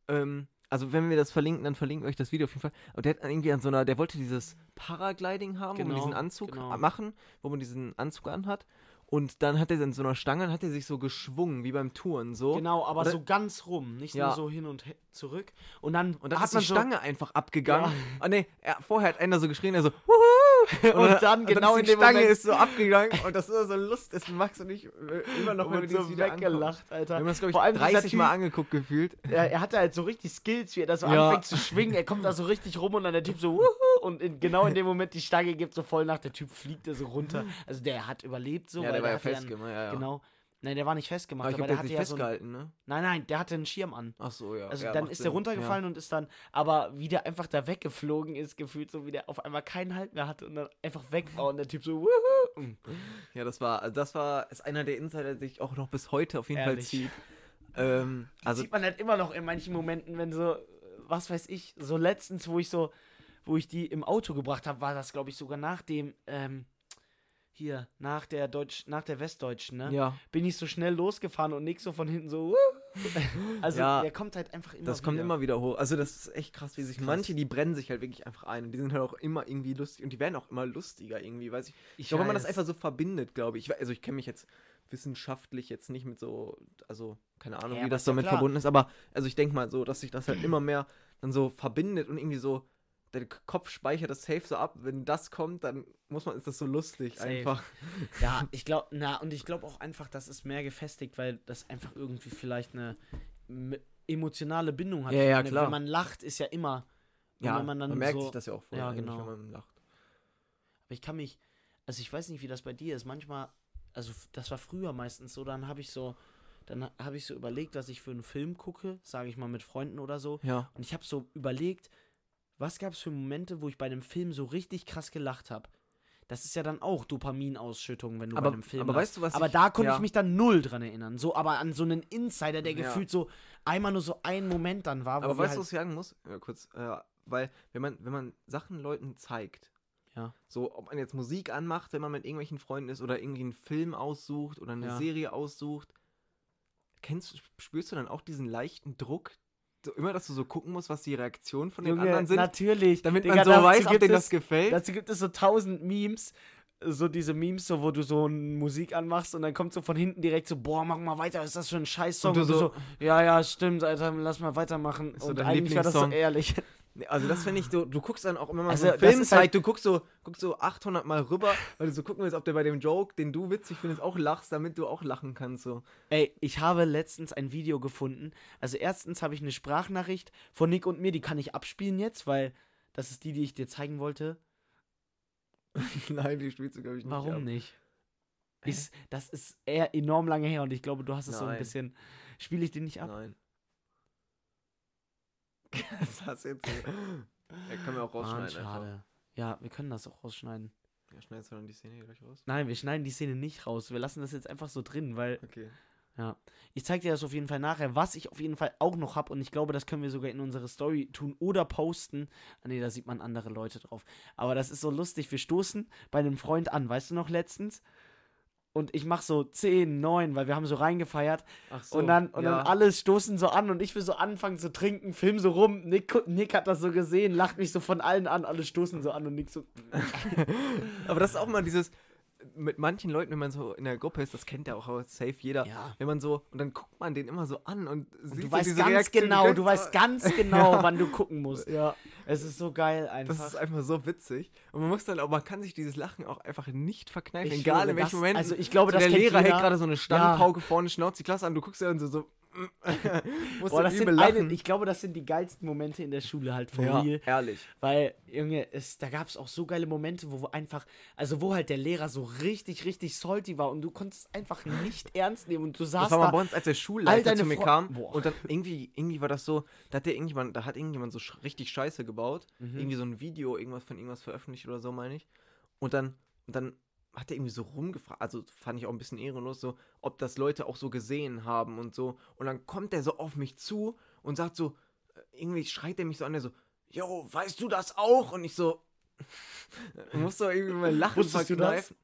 [SPEAKER 1] ähm, also wenn wir das verlinken, dann verlinken wir euch das Video auf jeden Fall. Und der hat irgendwie an so einer, der wollte dieses Paragliding haben, wo man
[SPEAKER 2] Genau,
[SPEAKER 1] diesen Anzug
[SPEAKER 2] genau.
[SPEAKER 1] machen, wo man diesen Anzug anhat. Und dann hat er an so einer Stange, hat er sich so geschwungen, wie beim Touren, so.
[SPEAKER 2] Genau, aber
[SPEAKER 1] Oder-
[SPEAKER 2] so ganz rum, nicht
[SPEAKER 1] Ja.
[SPEAKER 2] nur so hin und he- zurück. Und dann,
[SPEAKER 1] Und dann
[SPEAKER 2] hat
[SPEAKER 1] ist die
[SPEAKER 2] man
[SPEAKER 1] Stange einfach abgegangen.
[SPEAKER 2] Ja.
[SPEAKER 1] Ah ne, er, vorher hat einer so geschrien, er so, Wuhu!
[SPEAKER 2] Und dann genau
[SPEAKER 1] ist
[SPEAKER 2] in
[SPEAKER 1] die
[SPEAKER 2] dem
[SPEAKER 1] Stange
[SPEAKER 2] Moment-
[SPEAKER 1] ist so abgegangen
[SPEAKER 2] [LAUGHS]
[SPEAKER 1] und das ist immer so lustig, dass Max und ich äh, immer
[SPEAKER 2] so
[SPEAKER 1] noch, wenn wir
[SPEAKER 2] und
[SPEAKER 1] dieses
[SPEAKER 2] so
[SPEAKER 1] Video angucken.
[SPEAKER 2] weggelacht,
[SPEAKER 1] Wir
[SPEAKER 2] Alter.
[SPEAKER 1] haben das, glaube
[SPEAKER 2] Vor allem
[SPEAKER 1] ich,
[SPEAKER 2] dieser
[SPEAKER 1] 30 Mal
[SPEAKER 2] Typ-
[SPEAKER 1] angefühlt. [LAUGHS] gefühlt.
[SPEAKER 2] Er, er hatte halt so richtig Skills, wie er da so
[SPEAKER 1] Ja.
[SPEAKER 2] anfängt zu schwingen. Er kommt da so richtig rum und dann der Typ so wuhu, und in, genau in dem Moment die Stange gibt so voll nach. Der Typ fliegt da so runter. Also der hat überlebt so.
[SPEAKER 1] ja,
[SPEAKER 2] weil
[SPEAKER 1] der war ja
[SPEAKER 2] hatte einen-
[SPEAKER 1] festgemacht, ja, ja.
[SPEAKER 2] Genau. Nein, der war nicht festgemacht,
[SPEAKER 1] Aber ich
[SPEAKER 2] aber,
[SPEAKER 1] glaube,
[SPEAKER 2] der
[SPEAKER 1] der hat
[SPEAKER 2] hatte
[SPEAKER 1] sich
[SPEAKER 2] ja so. Einen,
[SPEAKER 1] festgehalten, ne?
[SPEAKER 2] nein, nein, der hatte einen Schirm an.
[SPEAKER 1] Ach so, ja.
[SPEAKER 2] Also
[SPEAKER 1] ja,
[SPEAKER 2] dann
[SPEAKER 1] macht
[SPEAKER 2] ist
[SPEAKER 1] Sinn.
[SPEAKER 2] der runtergefallen und ist dann, aber wie der einfach da weggeflogen ist, gefühlt so, wie der auf einmal keinen Halt mehr hatte und dann einfach weg war und der Typ so, wuhu.
[SPEAKER 1] Ja, ja das war, also das war, ist einer der Insider, der sich auch noch bis heute auf jeden
[SPEAKER 2] Ehrlich.
[SPEAKER 1] Fall zieht. Ähm,
[SPEAKER 2] Also,
[SPEAKER 1] also,
[SPEAKER 2] sieht man halt immer noch in manchen Momenten, wenn so, was weiß ich, so letztens, wo ich so, wo ich die im Auto gebracht habe, war das, glaube ich, sogar nach dem, ähm, hier, nach der Deutsch, nach der Westdeutschen, ne?
[SPEAKER 1] ja,
[SPEAKER 2] Bin ich so schnell losgefahren und nix so von hinten so,
[SPEAKER 1] [LAUGHS]
[SPEAKER 2] wuhu. Also
[SPEAKER 1] Ja,
[SPEAKER 2] der kommt halt einfach immer
[SPEAKER 1] das kommt
[SPEAKER 2] wieder.
[SPEAKER 1] immer wieder hoch. Also, das ist echt krass, wie sich
[SPEAKER 2] krass.
[SPEAKER 1] manche, die brennen sich halt wirklich einfach ein. Und die sind halt auch immer irgendwie lustig. Und die werden auch immer lustiger irgendwie, weiß ich. Ich glaube, wenn man das
[SPEAKER 2] weiß.
[SPEAKER 1] einfach so verbindet, glaube ich. Ich we- Also, ich kenne mich jetzt wissenschaftlich jetzt nicht mit so, also, keine Ahnung,
[SPEAKER 2] Ja,
[SPEAKER 1] wie
[SPEAKER 2] aber
[SPEAKER 1] das
[SPEAKER 2] ist ja
[SPEAKER 1] damit
[SPEAKER 2] klar.
[SPEAKER 1] verbunden ist. Aber, also, ich denke mal so, dass sich das halt immer mehr dann so verbindet und irgendwie so. Der K- Kopf speichert das safe so ab. Wenn das kommt, dann muss man, ist das so lustig
[SPEAKER 2] Safe.
[SPEAKER 1] einfach.
[SPEAKER 2] Ja, ich glaube, na, und ich glaube auch einfach, das ist mehr gefestigt, weil das einfach irgendwie vielleicht eine m- emotionale Bindung hat.
[SPEAKER 1] Ja,
[SPEAKER 2] Ich
[SPEAKER 1] ja,
[SPEAKER 2] meine,
[SPEAKER 1] klar.
[SPEAKER 2] Wenn man lacht, ist ja immer. Und
[SPEAKER 1] Ja,
[SPEAKER 2] wenn man dann
[SPEAKER 1] merkt
[SPEAKER 2] so,
[SPEAKER 1] sich das ja auch voll,
[SPEAKER 2] Ja,
[SPEAKER 1] eigentlich,
[SPEAKER 2] genau.
[SPEAKER 1] wenn man lacht.
[SPEAKER 2] Aber ich kann mich, also ich weiß nicht, wie das bei dir ist. Manchmal, also f- das war früher meistens so, dann habe ich so, dann habe ich so überlegt, was ich für einen Film gucke, sage ich mal mit Freunden oder so.
[SPEAKER 1] Ja.
[SPEAKER 2] Und ich habe so überlegt, was gab es für Momente, wo ich bei einem Film so richtig krass gelacht habe. Das ist ja dann auch Dopaminausschüttung, wenn du bei
[SPEAKER 1] Aber,
[SPEAKER 2] einem Film
[SPEAKER 1] aber
[SPEAKER 2] lachst.
[SPEAKER 1] weißt du, was
[SPEAKER 2] aber
[SPEAKER 1] ich,
[SPEAKER 2] da konnte
[SPEAKER 1] ja.
[SPEAKER 2] ich mich dann null dran erinnern. So, aber an so einen Insider, der
[SPEAKER 1] Ja.
[SPEAKER 2] gefühlt so einmal nur so ein Moment dann war. wo
[SPEAKER 1] Aber
[SPEAKER 2] wir
[SPEAKER 1] weißt du,
[SPEAKER 2] halt,
[SPEAKER 1] was ich sagen muss? Ja, kurz, äh, weil wenn man, wenn man Sachen Leuten zeigt,
[SPEAKER 2] Ja.
[SPEAKER 1] so ob man jetzt Musik anmacht, wenn man mit irgendwelchen Freunden ist oder irgendwie einen Film aussucht oder eine
[SPEAKER 2] Ja.
[SPEAKER 1] Serie aussucht, kennst, spürst du dann auch diesen leichten Druck? So, immer, dass du so gucken musst, was die Reaktionen von den
[SPEAKER 2] Junge,
[SPEAKER 1] anderen sind,
[SPEAKER 2] Natürlich.
[SPEAKER 1] damit
[SPEAKER 2] Digga,
[SPEAKER 1] man so
[SPEAKER 2] dazu
[SPEAKER 1] weiß, ob
[SPEAKER 2] gibt
[SPEAKER 1] denen
[SPEAKER 2] es-
[SPEAKER 1] das gefällt.
[SPEAKER 2] Dazu gibt es so tausend Memes, so diese Memes, so wo du so n- Musik anmachst und dann kommt so von hinten direkt so, boah, mach mal weiter, ist das für ein Scheiß-Song?
[SPEAKER 1] Und du so-
[SPEAKER 2] ja, ja, stimmt, Alter, lass mal weitermachen.
[SPEAKER 1] Ist so
[SPEAKER 2] und
[SPEAKER 1] dein
[SPEAKER 2] eigentlich war das so
[SPEAKER 1] Lieblingssong.
[SPEAKER 2] ehrlich.
[SPEAKER 1] Nee, Also das finde ich so, du guckst dann auch immer mal
[SPEAKER 2] Also
[SPEAKER 1] so einen
[SPEAKER 2] das
[SPEAKER 1] Film
[SPEAKER 2] ist halt-
[SPEAKER 1] zeigt, du guckst so, guckst so 800 Mal rüber, weil du so gucken willst, ob der bei dem Joke, den du witzig findest, auch lachst, damit du auch lachen kannst. So. [LAUGHS]
[SPEAKER 2] Ey, ich habe letztens ein Video gefunden. Also erstens habe ich eine Sprachnachricht von Nick und mir, die kann ich abspielen jetzt, weil das ist die, die ich dir zeigen wollte.
[SPEAKER 1] Nein, die spielst du, glaube ich, nicht
[SPEAKER 2] Warum
[SPEAKER 1] ab.
[SPEAKER 2] nicht? Ist, das ist eher enorm lange her und ich glaube, du hast es so ein
[SPEAKER 1] Nein.
[SPEAKER 2] bisschen. Spiele ich den nicht ab? [LAUGHS]
[SPEAKER 1] Nein. das hast du
[SPEAKER 2] [LAUGHS]
[SPEAKER 1] jetzt. Ja, können wir auch
[SPEAKER 2] Mann,
[SPEAKER 1] rausschneiden. einfach.
[SPEAKER 2] schade. Ja, wir können das auch rausschneiden.
[SPEAKER 1] Ja, schneidest du dann die Szene hier gleich raus?
[SPEAKER 2] Nein, wir schneiden die Szene nicht raus. Wir lassen das jetzt einfach so drin, weil
[SPEAKER 1] Okay.
[SPEAKER 2] ich zeige dir das auf jeden Fall nachher, was ich auf jeden Fall auch noch habe. Und ich glaube, das können wir sogar in unsere Story tun oder posten. Ah, nee, da sieht man andere Leute drauf. Aber das ist so lustig. Wir stoßen bei einem Freund an, weißt du noch letztens? Und ich mache so 10, 9, weil wir haben so reingefeiert.
[SPEAKER 1] Ach
[SPEAKER 2] und dann, und
[SPEAKER 1] ja.
[SPEAKER 2] dann alles stoßen so an und ich will so anfangen zu trinken, film so rum. Nick, Nick hat das so gesehen, lacht mich so von allen an, alle stoßen so an und Nick so.
[SPEAKER 1] Aber das ist auch mal dieses. Mit manchen Leuten, wenn man so in der Gruppe ist, das kennt ja auch safe jeder.
[SPEAKER 2] Ja.
[SPEAKER 1] Wenn man so, und dann guckt man den immer so an und,
[SPEAKER 2] Und
[SPEAKER 1] sieht
[SPEAKER 2] du
[SPEAKER 1] so
[SPEAKER 2] weißt
[SPEAKER 1] diese
[SPEAKER 2] ganz
[SPEAKER 1] Reaktion, die
[SPEAKER 2] genau,
[SPEAKER 1] denkt
[SPEAKER 2] du
[SPEAKER 1] so,
[SPEAKER 2] weißt ganz genau, wann du gucken musst.
[SPEAKER 1] Ja.
[SPEAKER 2] Es ist so geil einfach.
[SPEAKER 1] Das ist einfach so witzig. Und man muss dann auch, man kann sich dieses Lachen auch einfach nicht verkneifen,
[SPEAKER 2] Ich
[SPEAKER 1] egal
[SPEAKER 2] schwöre,
[SPEAKER 1] in welchem
[SPEAKER 2] das-
[SPEAKER 1] Moment.
[SPEAKER 2] also ich glaube,
[SPEAKER 1] so
[SPEAKER 2] das
[SPEAKER 1] der
[SPEAKER 2] kennt
[SPEAKER 1] Lehrer
[SPEAKER 2] jeder.
[SPEAKER 1] hält gerade so eine Standpauke vorne, schnauzt die Klasse an, du guckst ja und so, so [LAUGHS] musst
[SPEAKER 2] Boah,
[SPEAKER 1] dann
[SPEAKER 2] das
[SPEAKER 1] übel
[SPEAKER 2] sind eine,
[SPEAKER 1] lachen.
[SPEAKER 2] ich glaube, das sind die geilsten Momente in der Schule halt for
[SPEAKER 1] ja,
[SPEAKER 2] real.
[SPEAKER 1] ehrlich.
[SPEAKER 2] Weil, Junge, es, da gab es auch so geile Momente, wo einfach, also wo halt der Lehrer so richtig, richtig salty war und du konntest einfach nicht ernst nehmen und du
[SPEAKER 1] Das
[SPEAKER 2] saßt
[SPEAKER 1] war mal bei
[SPEAKER 2] da.
[SPEAKER 1] uns, als der Schulleiter
[SPEAKER 2] deine
[SPEAKER 1] zu mir
[SPEAKER 2] Fre-
[SPEAKER 1] kam
[SPEAKER 2] Boah.
[SPEAKER 1] und dann irgendwie, irgendwie war das so, da hat der irgendjemand, da hat irgendjemand so sch richtig Scheiße gebaut,
[SPEAKER 2] Mhm.
[SPEAKER 1] irgendwie so ein Video irgendwas von irgendwas veröffentlicht oder so, meine ich. Und dann, und dann hat er irgendwie so rumgefragt, also fand ich auch ein bisschen ehrenlos, so, ob das Leute auch so gesehen haben und so. Und dann kommt er so auf mich zu und sagt so, äh, irgendwie schreit er mich so an, der so, yo, weißt du das auch? Und ich so, [LAUGHS] muss doch irgendwie mal lachen.
[SPEAKER 2] Wusstest du das?
[SPEAKER 1] verkneifen.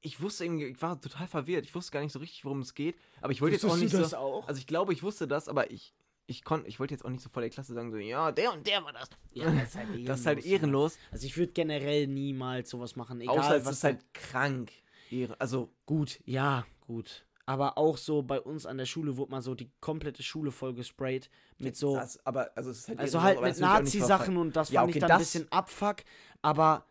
[SPEAKER 1] Ich wusste irgendwie, ich war total verwirrt. Ich wusste gar nicht so richtig, worum es geht. Aber ich wollte jetzt auch
[SPEAKER 2] Wusstest
[SPEAKER 1] nicht
[SPEAKER 2] du
[SPEAKER 1] so.
[SPEAKER 2] das auch?
[SPEAKER 1] Also ich glaube, ich wusste das, aber ich, ich konnte, ich wollte jetzt auch nicht so vor der Klasse sagen, so, ja, der
[SPEAKER 2] Der und der war das. Ja, das ist halt
[SPEAKER 1] [LAUGHS]
[SPEAKER 2] ehrenlos.
[SPEAKER 1] das ist halt ehrenlos.
[SPEAKER 2] Also ich würde generell niemals sowas machen. Egal,
[SPEAKER 1] Außer es
[SPEAKER 2] was
[SPEAKER 1] ist halt krank. Ehre- Also
[SPEAKER 2] Gut, ja, gut. Aber auch so bei uns an der Schule wurde mal so die komplette Schule voll gesprayt mit so.
[SPEAKER 1] Das, aber also es ist halt
[SPEAKER 2] also
[SPEAKER 1] ehrenlos,
[SPEAKER 2] halt
[SPEAKER 1] aber
[SPEAKER 2] mit
[SPEAKER 1] das würde ich auch nicht
[SPEAKER 2] Nazi-Sachen
[SPEAKER 1] verfallen.
[SPEAKER 2] und das
[SPEAKER 1] Ja,
[SPEAKER 2] fand
[SPEAKER 1] okay,
[SPEAKER 2] ich dann ein
[SPEAKER 1] das-
[SPEAKER 2] bisschen Abfuck. Aber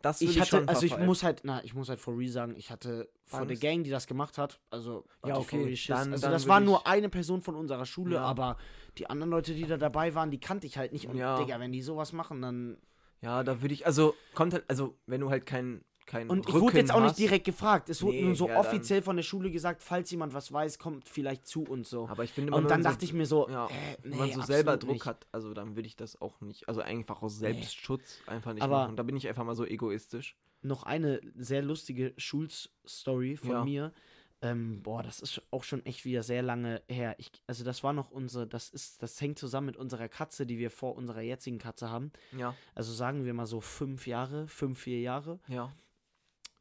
[SPEAKER 1] Das würde
[SPEAKER 2] ich
[SPEAKER 1] ich
[SPEAKER 2] hatte,
[SPEAKER 1] schon
[SPEAKER 2] also ich
[SPEAKER 1] verfallen.
[SPEAKER 2] muss halt, na, ich muss halt for real sagen, ich hatte vor der
[SPEAKER 1] Angst?
[SPEAKER 2] Gang, die das gemacht hat, also hatte
[SPEAKER 1] Ja,
[SPEAKER 2] ich for
[SPEAKER 1] okay,
[SPEAKER 2] real Schiss.
[SPEAKER 1] dann-
[SPEAKER 2] also
[SPEAKER 1] dann
[SPEAKER 2] das
[SPEAKER 1] würd
[SPEAKER 2] war
[SPEAKER 1] ich-
[SPEAKER 2] nur eine Person von unserer Schule,
[SPEAKER 1] Ja.
[SPEAKER 2] aber die anderen Leute, die da dabei waren, die kannte ich halt nicht. Und
[SPEAKER 1] Ja.
[SPEAKER 2] Digga, wenn die sowas machen, dann.
[SPEAKER 1] Ja, da würde ich, also kommt halt, also wenn du halt keinen keinen
[SPEAKER 2] Und ich
[SPEAKER 1] Rücken
[SPEAKER 2] wurde jetzt auch
[SPEAKER 1] hast,
[SPEAKER 2] nicht direkt gefragt. Es wurde
[SPEAKER 1] Nee,
[SPEAKER 2] nur so
[SPEAKER 1] ja, dann-
[SPEAKER 2] offiziell von der Schule gesagt, falls jemand was weiß, kommt vielleicht zu und so.
[SPEAKER 1] Aber ich finde,
[SPEAKER 2] Und
[SPEAKER 1] wenn
[SPEAKER 2] dann
[SPEAKER 1] man so-
[SPEAKER 2] dachte ich mir so,
[SPEAKER 1] ja,
[SPEAKER 2] äh, nee,
[SPEAKER 1] wenn man so selber
[SPEAKER 2] absolut
[SPEAKER 1] Druck
[SPEAKER 2] nicht.
[SPEAKER 1] hat, also dann würde ich das auch nicht, also einfach aus Selbstschutz einfach nicht
[SPEAKER 2] Aber-
[SPEAKER 1] machen. Da bin ich einfach mal so egoistisch.
[SPEAKER 2] Noch eine sehr lustige Schulstory von
[SPEAKER 1] Ja.
[SPEAKER 2] mir. Ähm, boah, das ist auch schon echt wieder sehr lange her. Ich, also das war noch unsere, das ist, das hängt zusammen mit unserer Katze, die wir vor unserer jetzigen Katze haben.
[SPEAKER 1] Ja,
[SPEAKER 2] Also sagen wir mal so fünf Jahre, fünf, vier Jahre.
[SPEAKER 1] ja.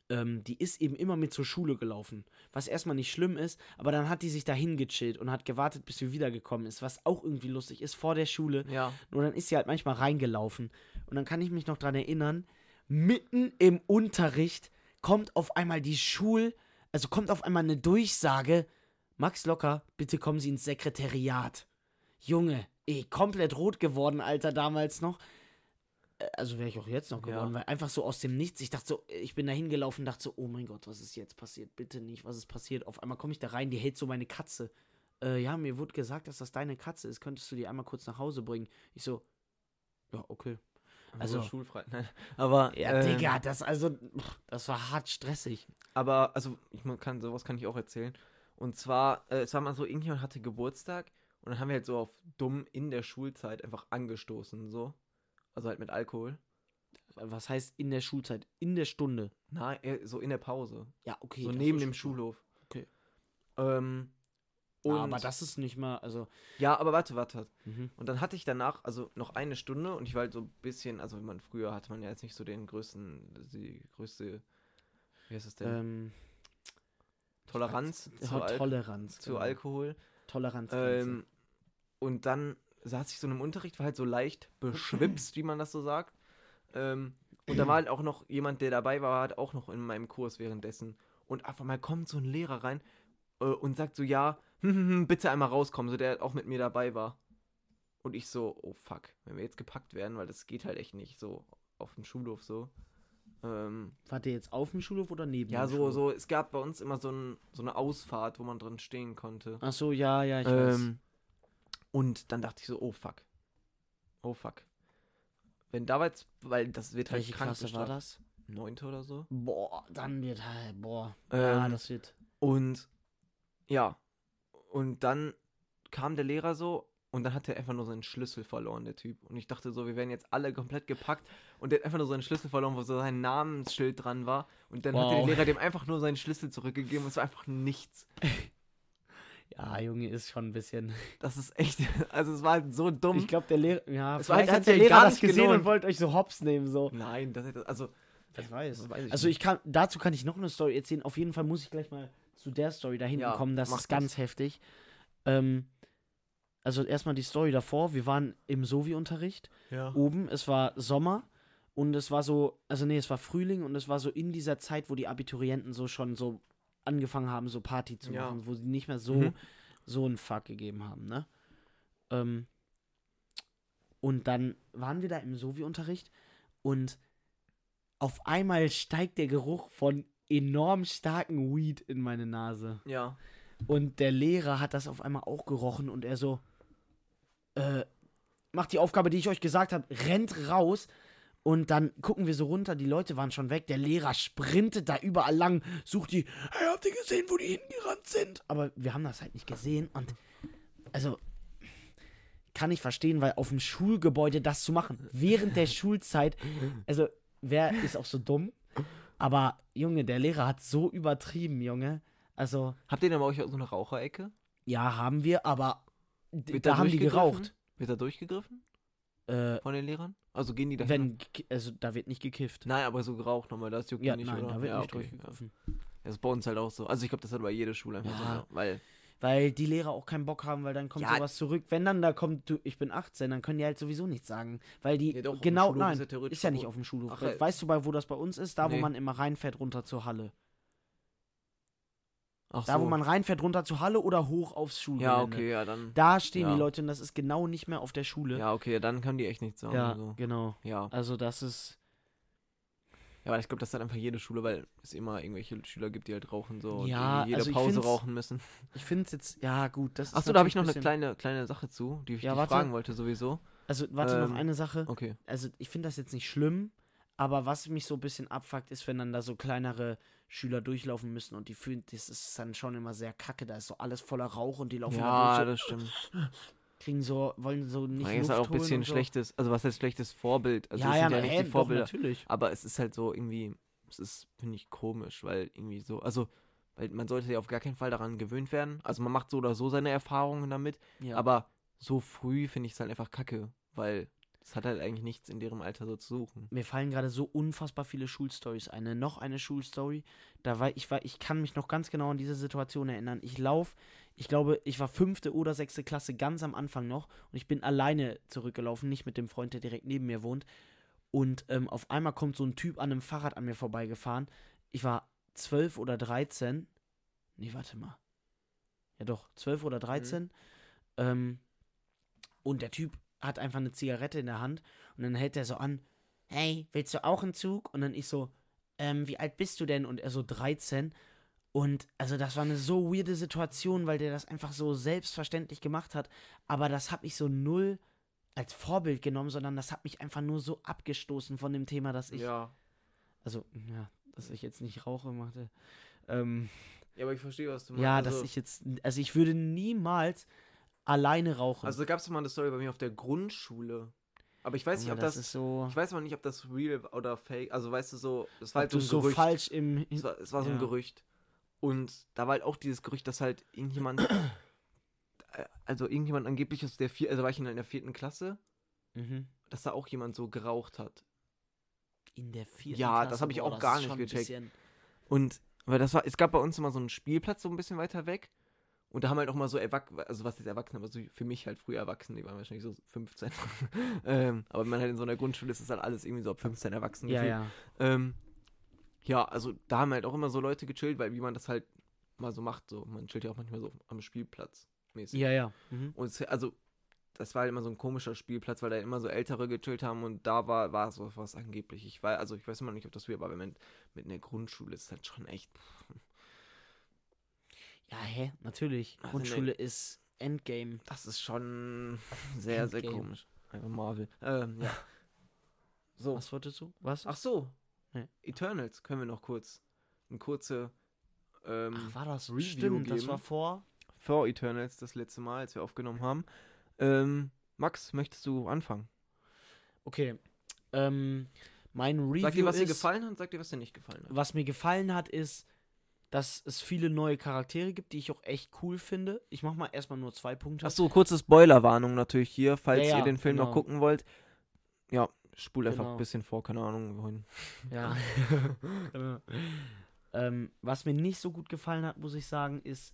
[SPEAKER 2] ähm, die ist eben immer mit zur Schule gelaufen. Was erstmal nicht schlimm ist, aber dann hat die sich dahin gechillt und hat gewartet, bis sie wiedergekommen ist, was auch irgendwie lustig ist vor der Schule.
[SPEAKER 1] Ja.
[SPEAKER 2] Nur dann ist sie halt manchmal reingelaufen. Und dann kann ich mich noch dran erinnern, mitten im Unterricht kommt auf einmal die Schul, also kommt auf einmal eine Durchsage, Max Locker, bitte kommen Sie ins Sekretariat. Junge, eh, komplett rot geworden, Alter, damals noch. Äh, Also wäre ich auch jetzt noch
[SPEAKER 1] Ja.
[SPEAKER 2] geworden, weil einfach so aus dem Nichts, ich dachte so, ich bin da hingelaufen, dachte so, oh mein Gott, was ist jetzt passiert? Bitte nicht, was ist passiert? Auf einmal komme ich da rein, die hält so meine Katze. Äh, ja, mir wurde gesagt, dass das deine Katze ist, könntest du die einmal kurz nach Hause bringen? Ich so, ja, okay. Also-
[SPEAKER 1] Also
[SPEAKER 2] [LAUGHS]
[SPEAKER 1] schulfrei. Nein. Aber
[SPEAKER 2] Ja,
[SPEAKER 1] ähm,
[SPEAKER 2] Digga, das also, pff, das war hart stressig.
[SPEAKER 1] Aber, also, ich man kann, sowas kann ich auch erzählen. Und zwar, äh, es war mal so, irgendjemand hatte Geburtstag und dann haben wir halt so auf dumm in der Schulzeit einfach angestoßen, so. Also halt mit Alkohol.
[SPEAKER 2] Was heißt in der Schulzeit, in der Stunde?
[SPEAKER 1] Nein, äh, so in der Pause.
[SPEAKER 2] Ja, okay.
[SPEAKER 1] so
[SPEAKER 2] das
[SPEAKER 1] neben
[SPEAKER 2] ist
[SPEAKER 1] dem
[SPEAKER 2] schon-
[SPEAKER 1] Schulhof.
[SPEAKER 2] Okay.
[SPEAKER 1] Ähm, und,
[SPEAKER 2] Ja, aber das ist nicht mal, also. ähm,
[SPEAKER 1] Ja, aber warte, warte. warte.
[SPEAKER 2] Mhm.
[SPEAKER 1] Und dann hatte ich danach, also noch eine Stunde und ich war halt so ein bisschen, also wenn man früher hatte man ja jetzt nicht so den größten, die größte, wie heißt das denn?
[SPEAKER 2] Ähm,
[SPEAKER 1] Toleranz
[SPEAKER 2] ja,
[SPEAKER 1] zu, Al
[SPEAKER 2] Toleranz. genau.
[SPEAKER 1] zu Alkohol.
[SPEAKER 2] Toleranz.
[SPEAKER 1] Ähm, und dann saß ich so in einem Unterricht, war halt so leicht beschwipst, wie man das so sagt. Ähm, und da war halt auch noch jemand, der dabei war, war halt auch noch in meinem Kurs währenddessen. Und einfach mal kommt so ein Lehrer rein äh, und sagt so, ja, [LAUGHS] hm, hm, hm, bitte einmal rauskommen, so der halt auch mit mir dabei war. Und ich so, oh fuck, wenn wir jetzt gepackt werden, weil das geht halt echt nicht so auf dem Schulhof so. Ähm,
[SPEAKER 2] Wart ihr jetzt auf dem Schulhof oder neben
[SPEAKER 1] ja,
[SPEAKER 2] dem
[SPEAKER 1] so,
[SPEAKER 2] Schulhof?
[SPEAKER 1] so, es gab bei uns immer so, ein, so eine Ausfahrt, wo man drin stehen konnte.
[SPEAKER 2] Ach so, ja, ja, ich weiß.
[SPEAKER 1] Ähm, und dann dachte ich so, oh fuck. Oh fuck. Wenn da war jetzt, weil das wird halt
[SPEAKER 2] Welche Klasse war
[SPEAKER 1] bestraft.
[SPEAKER 2] das?
[SPEAKER 1] Neunte oder so.
[SPEAKER 2] Boah, dann wird halt, boah. ja,
[SPEAKER 1] Ähm,
[SPEAKER 2] das wird.
[SPEAKER 1] Und ja. Und dann kam der Lehrer so und dann hat er einfach nur seinen Schlüssel verloren, der Typ. Und ich dachte so, wir werden jetzt alle komplett gepackt und der hat einfach nur seinen Schlüssel verloren, wo so sein Namensschild dran war. Und dann hat der
[SPEAKER 2] Wow.
[SPEAKER 1] Lehrer dem einfach nur seinen Schlüssel zurückgegeben und es war einfach nichts.
[SPEAKER 2] Ja, Junge, ist schon ein bisschen.
[SPEAKER 1] Das ist echt, [LAUGHS] also es war halt so dumm.
[SPEAKER 2] Ich glaube, der Lehrer. Ja,
[SPEAKER 1] Es war halt-
[SPEAKER 2] vielleicht
[SPEAKER 1] hat
[SPEAKER 2] hat der
[SPEAKER 1] sich halt
[SPEAKER 2] Lehrer
[SPEAKER 1] gar
[SPEAKER 2] das
[SPEAKER 1] nicht
[SPEAKER 2] gesehen
[SPEAKER 1] gelohnt.
[SPEAKER 2] und wollte euch so hops nehmen, so.
[SPEAKER 1] Nein, das hätte, also
[SPEAKER 2] Ich weiß.
[SPEAKER 1] Weiß ich
[SPEAKER 2] also
[SPEAKER 1] nicht.
[SPEAKER 2] ich kann, dazu kann ich noch eine Story erzählen. Auf jeden Fall muss ich gleich mal zu der Story da hinten
[SPEAKER 1] Ja,
[SPEAKER 2] kommen. Das
[SPEAKER 1] mach
[SPEAKER 2] ist ganz heftig. Ähm, also erstmal die Story davor. Wir waren im Sovi-Unterricht
[SPEAKER 1] ja.
[SPEAKER 2] oben. Es war Sommer und es war so, also nee, es war Frühling und es war so in dieser Zeit, wo die Abiturienten so schon so angefangen haben, so Party zu
[SPEAKER 1] Ja.
[SPEAKER 2] machen, wo sie nicht mehr so,
[SPEAKER 1] Mhm.
[SPEAKER 2] so einen Fuck gegeben haben, ne? Ähm, und dann waren wir da im Sovi-Unterricht und auf einmal steigt der Geruch von enorm starken Weed in meine Nase.
[SPEAKER 1] ja.
[SPEAKER 2] Und der Lehrer hat das auf einmal auch gerochen und er so, äh, macht die Aufgabe, die ich euch gesagt habe, rennt raus. Und dann gucken wir so runter, die Leute waren schon weg. Der Lehrer sprintet da überall lang, sucht die, hey, habt ihr gesehen, wo die hingerannt sind? Aber wir haben das halt nicht gesehen und, also, kann ich verstehen, weil auf dem Schulgebäude das zu machen, während der Schulzeit, also, wer ist auch so dumm? Aber, Junge, der Lehrer hat so übertrieben, Junge. Also,
[SPEAKER 1] Habt ihr denn bei euch auch so eine Raucherecke?
[SPEAKER 2] ja, haben wir, aber d-
[SPEAKER 1] Wird
[SPEAKER 2] da haben die
[SPEAKER 1] durchgegriffen?
[SPEAKER 2] geraucht.
[SPEAKER 1] Wird da durchgegriffen
[SPEAKER 2] Äh,
[SPEAKER 1] von den Lehrern? Also gehen die da hin?
[SPEAKER 2] wenn, gek- also da wird nicht gekifft.
[SPEAKER 1] Nein, aber so geraucht nochmal, das juckt ja,
[SPEAKER 2] Ja,
[SPEAKER 1] nicht,
[SPEAKER 2] nein,
[SPEAKER 1] oder?
[SPEAKER 2] da wird
[SPEAKER 1] ja,
[SPEAKER 2] nicht
[SPEAKER 1] okay, ja.
[SPEAKER 2] durchgegriffen.
[SPEAKER 1] Das ist bei uns halt auch so. Also ich glaube, das hat bei jeder Schule einfach
[SPEAKER 2] Ja.
[SPEAKER 1] so, weil
[SPEAKER 2] Weil die Lehrer auch keinen Bock haben, weil dann kommt
[SPEAKER 1] Ja.
[SPEAKER 2] sowas zurück. Wenn dann da kommt, du, ich bin 18, dann können die halt sowieso nichts sagen. Weil die,
[SPEAKER 1] Ja, doch, auf dem
[SPEAKER 2] genau,
[SPEAKER 1] Schulhof
[SPEAKER 2] nein,
[SPEAKER 1] ist ja
[SPEAKER 2] ist ja,
[SPEAKER 1] theoretisch
[SPEAKER 2] nicht
[SPEAKER 1] verboten.
[SPEAKER 2] auf dem Schulhof.
[SPEAKER 1] Ach, äh,
[SPEAKER 2] weißt du, bei wo das bei uns ist? Da, wo
[SPEAKER 1] nee.
[SPEAKER 2] man immer reinfährt, runter zur Halle.
[SPEAKER 1] Ach
[SPEAKER 2] Da, wo man reinfährt, runter zur Halle oder hoch aufs Schulgelände.
[SPEAKER 1] Ja, okay, ja, dann.
[SPEAKER 2] Da stehen
[SPEAKER 1] Ja.
[SPEAKER 2] die Leute und das ist genau nicht mehr auf der Schule.
[SPEAKER 1] Ja, okay, dann kann die echt nichts sagen.
[SPEAKER 2] Ja,
[SPEAKER 1] so.
[SPEAKER 2] genau.
[SPEAKER 1] ja. ja
[SPEAKER 2] Also das ist,
[SPEAKER 1] aber ich glaube, das hat einfach jede Schule, weil es immer irgendwelche Schüler gibt, die halt rauchen so und
[SPEAKER 2] Ja,
[SPEAKER 1] irgendwie jede
[SPEAKER 2] also ich
[SPEAKER 1] Pause
[SPEAKER 2] find's-
[SPEAKER 1] rauchen müssen.
[SPEAKER 2] ich finde es jetzt, ja gut, das ist
[SPEAKER 1] Achso, da habe
[SPEAKER 2] natürlich
[SPEAKER 1] ich noch eine
[SPEAKER 2] bisschen-
[SPEAKER 1] kleine, kleine Sache zu, die ich
[SPEAKER 2] Ja,
[SPEAKER 1] dich
[SPEAKER 2] warte.
[SPEAKER 1] fragen wollte sowieso.
[SPEAKER 2] Also warte,
[SPEAKER 1] ähm,
[SPEAKER 2] noch eine Sache.
[SPEAKER 1] Okay.
[SPEAKER 2] also ich finde das jetzt nicht schlimm, aber was mich so ein bisschen abfuckt, ist, wenn dann da so kleinere Schüler durchlaufen müssen und die fühlen, das ist dann schon immer sehr kacke, da ist so alles voller Rauch und die laufen da
[SPEAKER 1] Ja,
[SPEAKER 2] durch,
[SPEAKER 1] das stimmt.
[SPEAKER 2] so, kriegen so, wollen so nicht
[SPEAKER 1] Man
[SPEAKER 2] Luft
[SPEAKER 1] ist halt auch ein
[SPEAKER 2] holen
[SPEAKER 1] bisschen
[SPEAKER 2] und so.
[SPEAKER 1] schlechtes, also was heißt schlechtes Vorbild? Also
[SPEAKER 2] ja,
[SPEAKER 1] es
[SPEAKER 2] ja,
[SPEAKER 1] sind ja
[SPEAKER 2] na,
[SPEAKER 1] nicht
[SPEAKER 2] äh,
[SPEAKER 1] die
[SPEAKER 2] doch,
[SPEAKER 1] Vorbilder,
[SPEAKER 2] natürlich.
[SPEAKER 1] aber es ist halt so irgendwie, es ist, finde ich, komisch, weil irgendwie so, also, weil man sollte ja auf gar keinen Fall daran gewöhnt werden. Also man macht so oder so seine Erfahrungen damit,
[SPEAKER 2] Ja.
[SPEAKER 1] aber so früh finde ich es halt einfach kacke, weil es hat halt eigentlich nichts in deren Alter so zu suchen.
[SPEAKER 2] Mir fallen gerade so unfassbar viele Schulstories ein. ne? Noch eine Schulstory. Da war ich war, ich kann mich noch ganz genau an diese Situation erinnern. Ich lauf, ich glaube, ich war fünfte oder sechste Klasse ganz am Anfang noch und ich bin alleine zurückgelaufen, nicht mit dem Freund, der direkt neben mir wohnt. Und ähm, auf einmal kommt so ein Typ an einem Fahrrad an mir vorbeigefahren. Ich war zwölf oder 13. Nee, warte mal. Ja doch, zwölf oder 13. Ähm, und der Typ hat einfach eine Zigarette in der Hand und dann hält er so an, hey, willst du auch einen Zug? Und dann ich so, ähm, wie alt bist du denn? Und er so 13. Und also das war eine so weirde Situation, weil der das einfach so selbstverständlich gemacht hat. Aber das habe ich so null als Vorbild genommen, sondern das hat mich einfach nur so abgestoßen von dem Thema, dass ich,
[SPEAKER 1] Ja.
[SPEAKER 2] also, ja, dass ich jetzt nicht rauche machte. Ähm,
[SPEAKER 1] ja, aber ich verstehe, was du
[SPEAKER 2] ja, dass ich jetzt, also ich würde niemals alleine rauchen.
[SPEAKER 1] Also gab es mal eine Story bei mir auf der Grundschule. Aber ich weiß nicht, ob
[SPEAKER 2] Junge,
[SPEAKER 1] das.
[SPEAKER 2] ist so,
[SPEAKER 1] ich weiß mal nicht, ob das real oder fake. Also weißt du so, es war
[SPEAKER 2] ob
[SPEAKER 1] halt
[SPEAKER 2] du
[SPEAKER 1] so ein
[SPEAKER 2] so
[SPEAKER 1] Gerücht.
[SPEAKER 2] falsch im,
[SPEAKER 1] es war, es war so ein
[SPEAKER 2] ja.
[SPEAKER 1] Gerücht. Und da war halt auch dieses Gerücht, dass halt
[SPEAKER 2] [COUGHS]
[SPEAKER 1] irgendjemand. äh, also irgendjemand angeblich aus der vier, also war ich in der vierten Klasse,
[SPEAKER 2] Mhm.
[SPEAKER 1] dass da auch jemand so geraucht hat.
[SPEAKER 2] In der vierten
[SPEAKER 1] Ja,
[SPEAKER 2] Klasse.
[SPEAKER 1] das hab ich auch
[SPEAKER 2] ist
[SPEAKER 1] gar nicht
[SPEAKER 2] schon ein
[SPEAKER 1] gecheckt.
[SPEAKER 2] bisschen-
[SPEAKER 1] Und weil das war, es gab bei uns immer so einen Spielplatz so ein bisschen weiter weg. Und da haben halt auch mal so Erwachsene, also was jetzt Erwachsene, aber so für mich halt früher Erwachsene, die waren wahrscheinlich so 15. [LAUGHS] ähm, aber wenn man halt in so einer Grundschule ist, ist halt alles irgendwie so ab 15 erwachsen.
[SPEAKER 2] Ja,
[SPEAKER 1] gefühlt.
[SPEAKER 2] ja.
[SPEAKER 1] Ähm, ja, also da haben halt auch immer so Leute gechillt, weil wie man das halt mal so macht, so man chillt ja auch manchmal so am Spielplatz mäßig.
[SPEAKER 2] Ja, ja. Mhm.
[SPEAKER 1] Und es, also das war halt immer so ein komischer Spielplatz, weil da immer so Ältere gechillt haben und da war war so was angeblich. Ich war also ich weiß immer nicht, ob das wir, aber wenn man mit einer Grundschule ist, halt schon echt.
[SPEAKER 2] Ja, hä? Natürlich.
[SPEAKER 1] Also,
[SPEAKER 2] Grundschule ist Endgame.
[SPEAKER 1] Das ist schon [LAUGHS] sehr sehr
[SPEAKER 2] Endgame.
[SPEAKER 1] komisch. Einfach Marvel. Ähm, ja. So.
[SPEAKER 2] Was wolltest du? Was?
[SPEAKER 1] Ach so.
[SPEAKER 2] Nee.
[SPEAKER 1] Eternals können wir noch kurz eine kurze ähm,
[SPEAKER 2] Ach, ah, war das
[SPEAKER 1] Review
[SPEAKER 2] Stimmt, das
[SPEAKER 1] geben.
[SPEAKER 2] war vor.
[SPEAKER 1] vor Eternals das letzte Mal, als wir aufgenommen haben. Ähm, Max, möchtest du anfangen?
[SPEAKER 2] Okay. Ähm, mein Review
[SPEAKER 1] Sag dir, was
[SPEAKER 2] ist,
[SPEAKER 1] dir gefallen hat, sag dir, was dir nicht gefallen hat.
[SPEAKER 2] was mir gefallen hat, ist, dass es viele neue Charaktere gibt, die ich auch echt cool finde. Ich mach mal erstmal nur zwei Punkte.
[SPEAKER 1] Achso, kurze Spoilerwarnung natürlich hier, falls
[SPEAKER 2] Ja, ja,
[SPEAKER 1] ihr den Film noch
[SPEAKER 2] genau.
[SPEAKER 1] gucken wollt. Ja, spul einfach
[SPEAKER 2] Genau.
[SPEAKER 1] ein bisschen vor, keine Ahnung, wohin.
[SPEAKER 2] Ja. ähm, was mir nicht so gut gefallen hat, muss ich sagen, ist,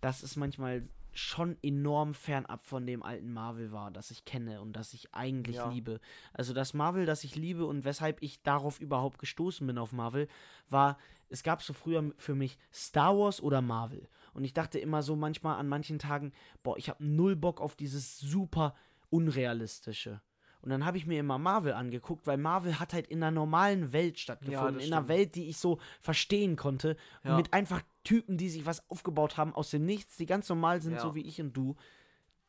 [SPEAKER 2] dass es manchmal schon enorm fernab von dem alten Marvel war, das ich kenne und das ich eigentlich
[SPEAKER 1] Ja.
[SPEAKER 2] liebe. Also das Marvel, das ich liebe und weshalb ich darauf überhaupt gestoßen bin auf Marvel, war, es gab so früher m- für mich Star Wars oder Marvel. Und ich dachte immer so manchmal an manchen Tagen, boah, ich habe null Bock auf dieses super unrealistische. Und dann habe ich mir immer Marvel angeguckt, weil Marvel hat halt in einer normalen Welt stattgefunden,
[SPEAKER 1] das
[SPEAKER 2] in einer
[SPEAKER 1] stimmt.
[SPEAKER 2] Welt, die ich so verstehen konnte,
[SPEAKER 1] Ja.
[SPEAKER 2] mit einfach Typen, die sich was aufgebaut haben aus dem Nichts, die ganz normal sind,
[SPEAKER 1] Ja.
[SPEAKER 2] so wie ich und du,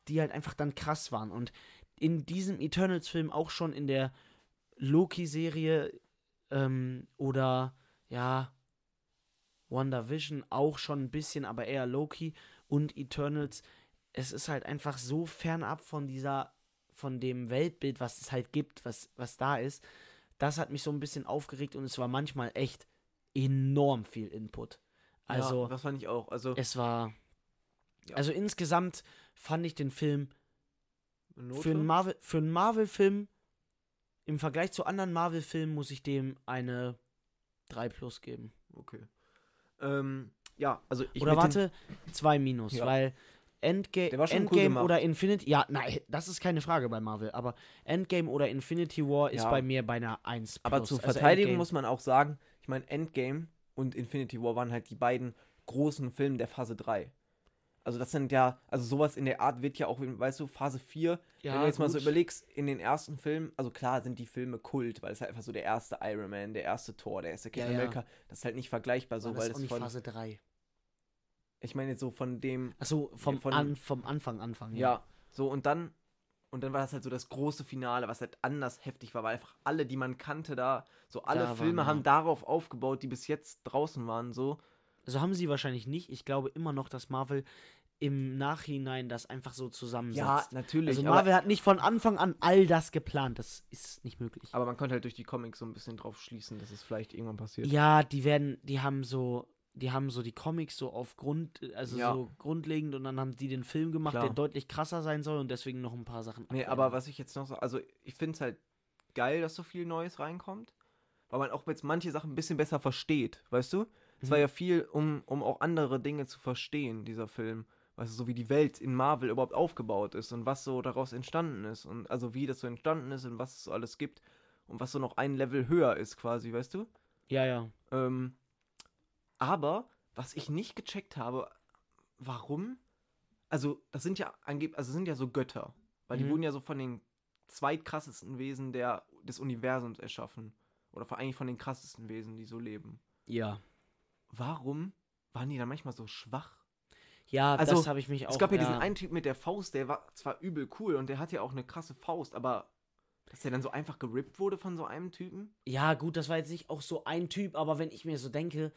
[SPEAKER 2] die halt einfach dann krass waren. Und in diesem Eternals-Film auch schon in der Loki-Serie ähm, oder ja, WandaVision auch schon ein bisschen, aber eher Loki und Eternals. Es ist halt einfach so fernab von dieser, von dem Weltbild, was es halt gibt, was, was da ist. Das hat mich so ein bisschen aufgeregt und es war manchmal echt enorm viel Input. Also,
[SPEAKER 1] ja, das fand ich auch. Also,
[SPEAKER 2] es war.
[SPEAKER 1] Ja.
[SPEAKER 2] Also insgesamt fand ich den Film
[SPEAKER 1] Note?
[SPEAKER 2] für einen Marvel, für einen Marvel-Film, im Vergleich zu anderen Marvel-Filmen, muss ich dem eine 3 plus geben.
[SPEAKER 1] Okay. Ähm, Ja, also ich
[SPEAKER 2] oder
[SPEAKER 1] mit dem-
[SPEAKER 2] warte, zwei Minus,
[SPEAKER 1] Ja.
[SPEAKER 2] weil Endga
[SPEAKER 1] Der war schon cool
[SPEAKER 2] Endgame
[SPEAKER 1] gemacht.
[SPEAKER 2] oder Infinity. Ja, nein, das ist keine Frage bei Marvel, aber Endgame oder Infinity War ist
[SPEAKER 1] Ja.
[SPEAKER 2] bei mir bei einer 1.
[SPEAKER 1] Aber
[SPEAKER 2] plus,
[SPEAKER 1] zur
[SPEAKER 2] also
[SPEAKER 1] Verteidigung
[SPEAKER 2] Endgame.
[SPEAKER 1] muss man auch sagen, ich meine, Endgame und Infinity War waren halt die beiden großen Filme der Phase 3. Also das sind ja, also sowas in der Art wird ja auch, weißt du, Phase 4,
[SPEAKER 2] ja,
[SPEAKER 1] wenn du jetzt mal so
[SPEAKER 2] gut.
[SPEAKER 1] überlegst, in den ersten Filmen, also klar sind die Filme Kult, weil es halt einfach so der erste Iron Man, der erste Thor, der erste Captain
[SPEAKER 2] Ja, ja.
[SPEAKER 1] America, das ist halt nicht vergleichbar so,
[SPEAKER 2] War
[SPEAKER 1] weil
[SPEAKER 2] das auch
[SPEAKER 1] es
[SPEAKER 2] nicht
[SPEAKER 1] von,
[SPEAKER 2] Phase 3.
[SPEAKER 1] ich meine jetzt so von dem,
[SPEAKER 2] Achso, vom,
[SPEAKER 1] von-
[SPEAKER 2] An, vom Anfang, Anfang.
[SPEAKER 1] ja, so und dann, und dann war das halt so das große Finale, was halt anders heftig war, weil einfach alle, die man kannte da, so alle
[SPEAKER 2] Da waren,
[SPEAKER 1] Filme
[SPEAKER 2] ja.
[SPEAKER 1] haben darauf aufgebaut, die bis jetzt draußen waren, so.
[SPEAKER 2] So Also haben sie wahrscheinlich nicht. Ich glaube immer noch, dass Marvel im Nachhinein das einfach so
[SPEAKER 1] Ja,
[SPEAKER 2] zusammensetzt.
[SPEAKER 1] natürlich,
[SPEAKER 2] also
[SPEAKER 1] aber,
[SPEAKER 2] Marvel hat nicht von Anfang an all das geplant. Das ist nicht möglich.
[SPEAKER 1] aber man konnte halt durch die Comics so ein bisschen drauf schließen, dass es vielleicht irgendwann passiert.
[SPEAKER 2] Ja, die werden, die haben so, die haben so die Comics so auf Grund, also
[SPEAKER 1] Ja.
[SPEAKER 2] so grundlegend und dann haben die den Film gemacht,
[SPEAKER 1] Klar.
[SPEAKER 2] der deutlich krasser sein soll und deswegen noch ein paar Sachen.
[SPEAKER 1] Nee,
[SPEAKER 2] abgeändert.
[SPEAKER 1] aber was ich jetzt noch so, also ich finde es halt geil, dass so viel Neues reinkommt, weil man auch jetzt manche Sachen ein bisschen besser versteht, weißt du? Es war
[SPEAKER 2] Mhm.
[SPEAKER 1] ja viel, um, um auch andere Dinge zu verstehen, dieser Film. Weißt du, so wie die Welt in Marvel überhaupt aufgebaut ist und was so daraus entstanden ist und also wie das so entstanden ist und was es so alles gibt und was so noch ein Level höher ist quasi, weißt du?
[SPEAKER 2] Ja, ja.
[SPEAKER 1] Ähm, aber was ich nicht gecheckt habe, warum? Also, das sind ja angeblich, also sind ja so Götter, weil
[SPEAKER 2] Mhm.
[SPEAKER 1] die wurden ja so von den zweitkrassesten Wesen der, des Universums erschaffen. Oder vor- eigentlich von den krassesten Wesen, die so leben.
[SPEAKER 2] Ja.
[SPEAKER 1] Warum waren die dann manchmal so schwach?
[SPEAKER 2] Ja,
[SPEAKER 1] Also,
[SPEAKER 2] das habe ich mich auch.
[SPEAKER 1] es gab ja, diesen einen Typ mit der Faust, der war zwar übel cool und der hatte ja auch eine krasse Faust, aber dass der dann so einfach gerippt wurde von so einem Typen,
[SPEAKER 2] Ja, gut, das war jetzt nicht auch so ein Typ, aber wenn ich mir so denke,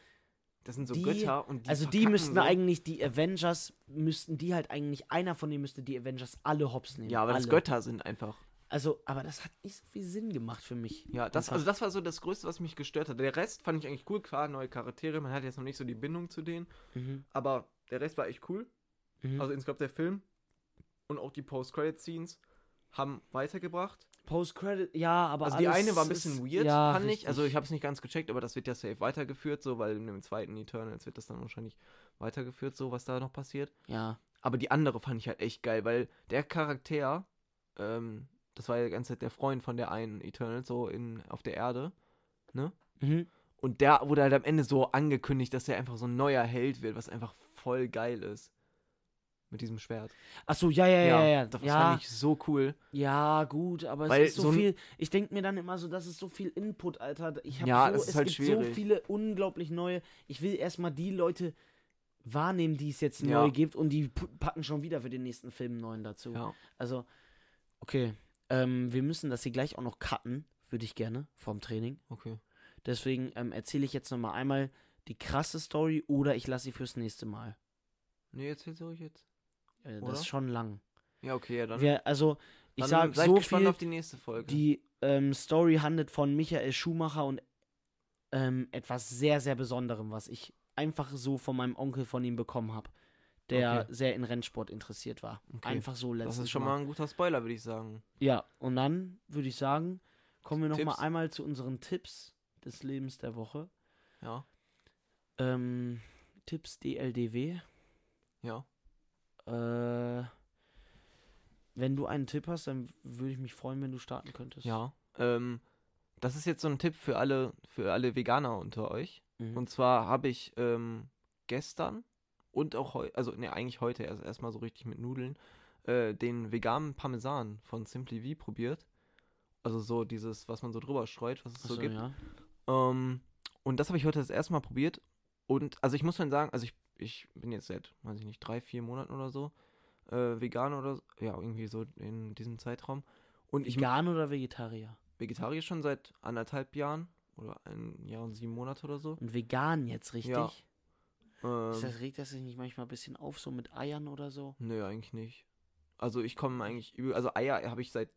[SPEAKER 1] das sind so
[SPEAKER 2] Die-
[SPEAKER 1] Götter und die
[SPEAKER 2] also die
[SPEAKER 1] verkacken
[SPEAKER 2] müssten
[SPEAKER 1] so.
[SPEAKER 2] eigentlich die Avengers, müssten die halt eigentlich, einer von denen müsste die Avengers alle hops nehmen.
[SPEAKER 1] Ja, aber
[SPEAKER 2] alle.
[SPEAKER 1] das Götter sind einfach.
[SPEAKER 2] Also, aber das hat nicht so viel Sinn gemacht für mich.
[SPEAKER 1] Ja, das,
[SPEAKER 2] Einfach.
[SPEAKER 1] also das war so das Größte, was mich gestört hat. Der Rest fand ich eigentlich cool. Klar, neue Charaktere, man hat jetzt noch nicht so die Bindung zu denen,
[SPEAKER 2] Mhm.
[SPEAKER 1] aber der Rest war echt cool.
[SPEAKER 2] Mhm.
[SPEAKER 1] Also insgesamt der Film und auch die Post-Credit-Scenes haben weitergebracht.
[SPEAKER 2] Post-Credit, ja, aber
[SPEAKER 1] also die
[SPEAKER 2] alles
[SPEAKER 1] eine war ein
[SPEAKER 2] ist-
[SPEAKER 1] bisschen weird,
[SPEAKER 2] ja,
[SPEAKER 1] fand ich. Also
[SPEAKER 2] richtig.
[SPEAKER 1] ich habe es nicht ganz gecheckt, aber das wird ja safe weitergeführt, so, weil in dem zweiten Eternals wird das dann wahrscheinlich weitergeführt, so, was da noch passiert.
[SPEAKER 2] Ja.
[SPEAKER 1] Aber die andere fand ich halt echt geil, weil der Charakter, ähm, das war ja die ganze Zeit der Freund von der einen Eternal, so in, auf der Erde.
[SPEAKER 2] Mhm.
[SPEAKER 1] Und der wurde halt am Ende so angekündigt, dass er einfach so ein neuer Held wird, was einfach voll geil ist. Mit diesem Schwert.
[SPEAKER 2] Achso, ja, ja, ja, ja.
[SPEAKER 1] Das
[SPEAKER 2] Ja,
[SPEAKER 1] fand ich so cool.
[SPEAKER 2] ja gut, aber
[SPEAKER 1] Weil
[SPEAKER 2] es ist so,
[SPEAKER 1] so ein-
[SPEAKER 2] viel. Ich denke mir dann immer so, das ist so viel Input, Alter. Ich hab
[SPEAKER 1] Ja,
[SPEAKER 2] so,
[SPEAKER 1] das ist
[SPEAKER 2] es
[SPEAKER 1] halt
[SPEAKER 2] gibt so
[SPEAKER 1] schwierig.
[SPEAKER 2] viele unglaublich neue. Ich will erstmal die Leute wahrnehmen, die es jetzt
[SPEAKER 1] Ja.
[SPEAKER 2] neu gibt und die pu- packen schon wieder für den nächsten Film einen neuen dazu.
[SPEAKER 1] Ja.
[SPEAKER 2] Also, okay. Ähm, wir müssen das hier gleich auch noch cutten, würde ich gerne, vorm Training.
[SPEAKER 1] Okay.
[SPEAKER 2] Deswegen ähm, erzähle ich jetzt nochmal einmal die krasse Story oder ich lasse sie fürs nächste Mal.
[SPEAKER 1] Nee, erzähl's euch jetzt.
[SPEAKER 2] Äh,
[SPEAKER 1] Oder?
[SPEAKER 2] das ist schon lang.
[SPEAKER 1] Ja, okay, ja, dann.
[SPEAKER 2] Wir, also, ich
[SPEAKER 1] dann
[SPEAKER 2] sage
[SPEAKER 1] seid
[SPEAKER 2] so
[SPEAKER 1] gespannt
[SPEAKER 2] viel.
[SPEAKER 1] auf die nächste Folge.
[SPEAKER 2] Die ähm, Story handelt von Michael Schumacher und ähm, etwas sehr, sehr Besonderem, was ich einfach so von meinem Onkel von ihm bekommen habe, der
[SPEAKER 1] Okay.
[SPEAKER 2] sehr in Rennsport interessiert war.
[SPEAKER 1] Okay.
[SPEAKER 2] Einfach so letztes
[SPEAKER 1] das ist schon mal ein guter Spoiler, würde ich sagen.
[SPEAKER 2] Ja, und dann würde ich sagen, kommen wir nochmal
[SPEAKER 1] Tipps?
[SPEAKER 2] einmal zu unseren Tipps des Lebens der Woche.
[SPEAKER 1] Ja,
[SPEAKER 2] Ähm, Tipps DLDW.
[SPEAKER 1] ja.
[SPEAKER 2] Äh, wenn du einen Tipp hast, dann würde ich mich freuen, wenn du starten könntest.
[SPEAKER 1] Ja. Ähm, das ist jetzt so ein Tipp für alle, für alle Veganer unter euch.
[SPEAKER 2] Mhm.
[SPEAKER 1] Und zwar habe ich ähm, gestern und auch heute, also ne, eigentlich heute erst erstmal so richtig mit Nudeln, äh, den veganen Parmesan von Simply V probiert. Also so dieses, was man so drüber streut, was es
[SPEAKER 2] Achso,
[SPEAKER 1] so gibt.
[SPEAKER 2] ja.
[SPEAKER 1] Ähm, und das habe ich heute das erste Mal probiert. Und also ich muss schon sagen, also ich, ich bin jetzt seit, weiß ich nicht, drei, vier Monaten oder so äh, vegan oder so, ja, irgendwie so in diesem Zeitraum. Und ich
[SPEAKER 2] Vegan oder Vegetarier?
[SPEAKER 1] Vegetarier schon seit anderthalb Jahren oder ein Jahr und sieben Monate oder so.
[SPEAKER 2] Und vegan jetzt, richtig?
[SPEAKER 1] Ja.
[SPEAKER 2] Ist
[SPEAKER 1] Ähm,
[SPEAKER 2] das, regt das sich nicht manchmal ein bisschen auf, so mit Eiern oder so?
[SPEAKER 1] Nö, eigentlich nicht. Also ich komme eigentlich übel. Also Eier habe ich seit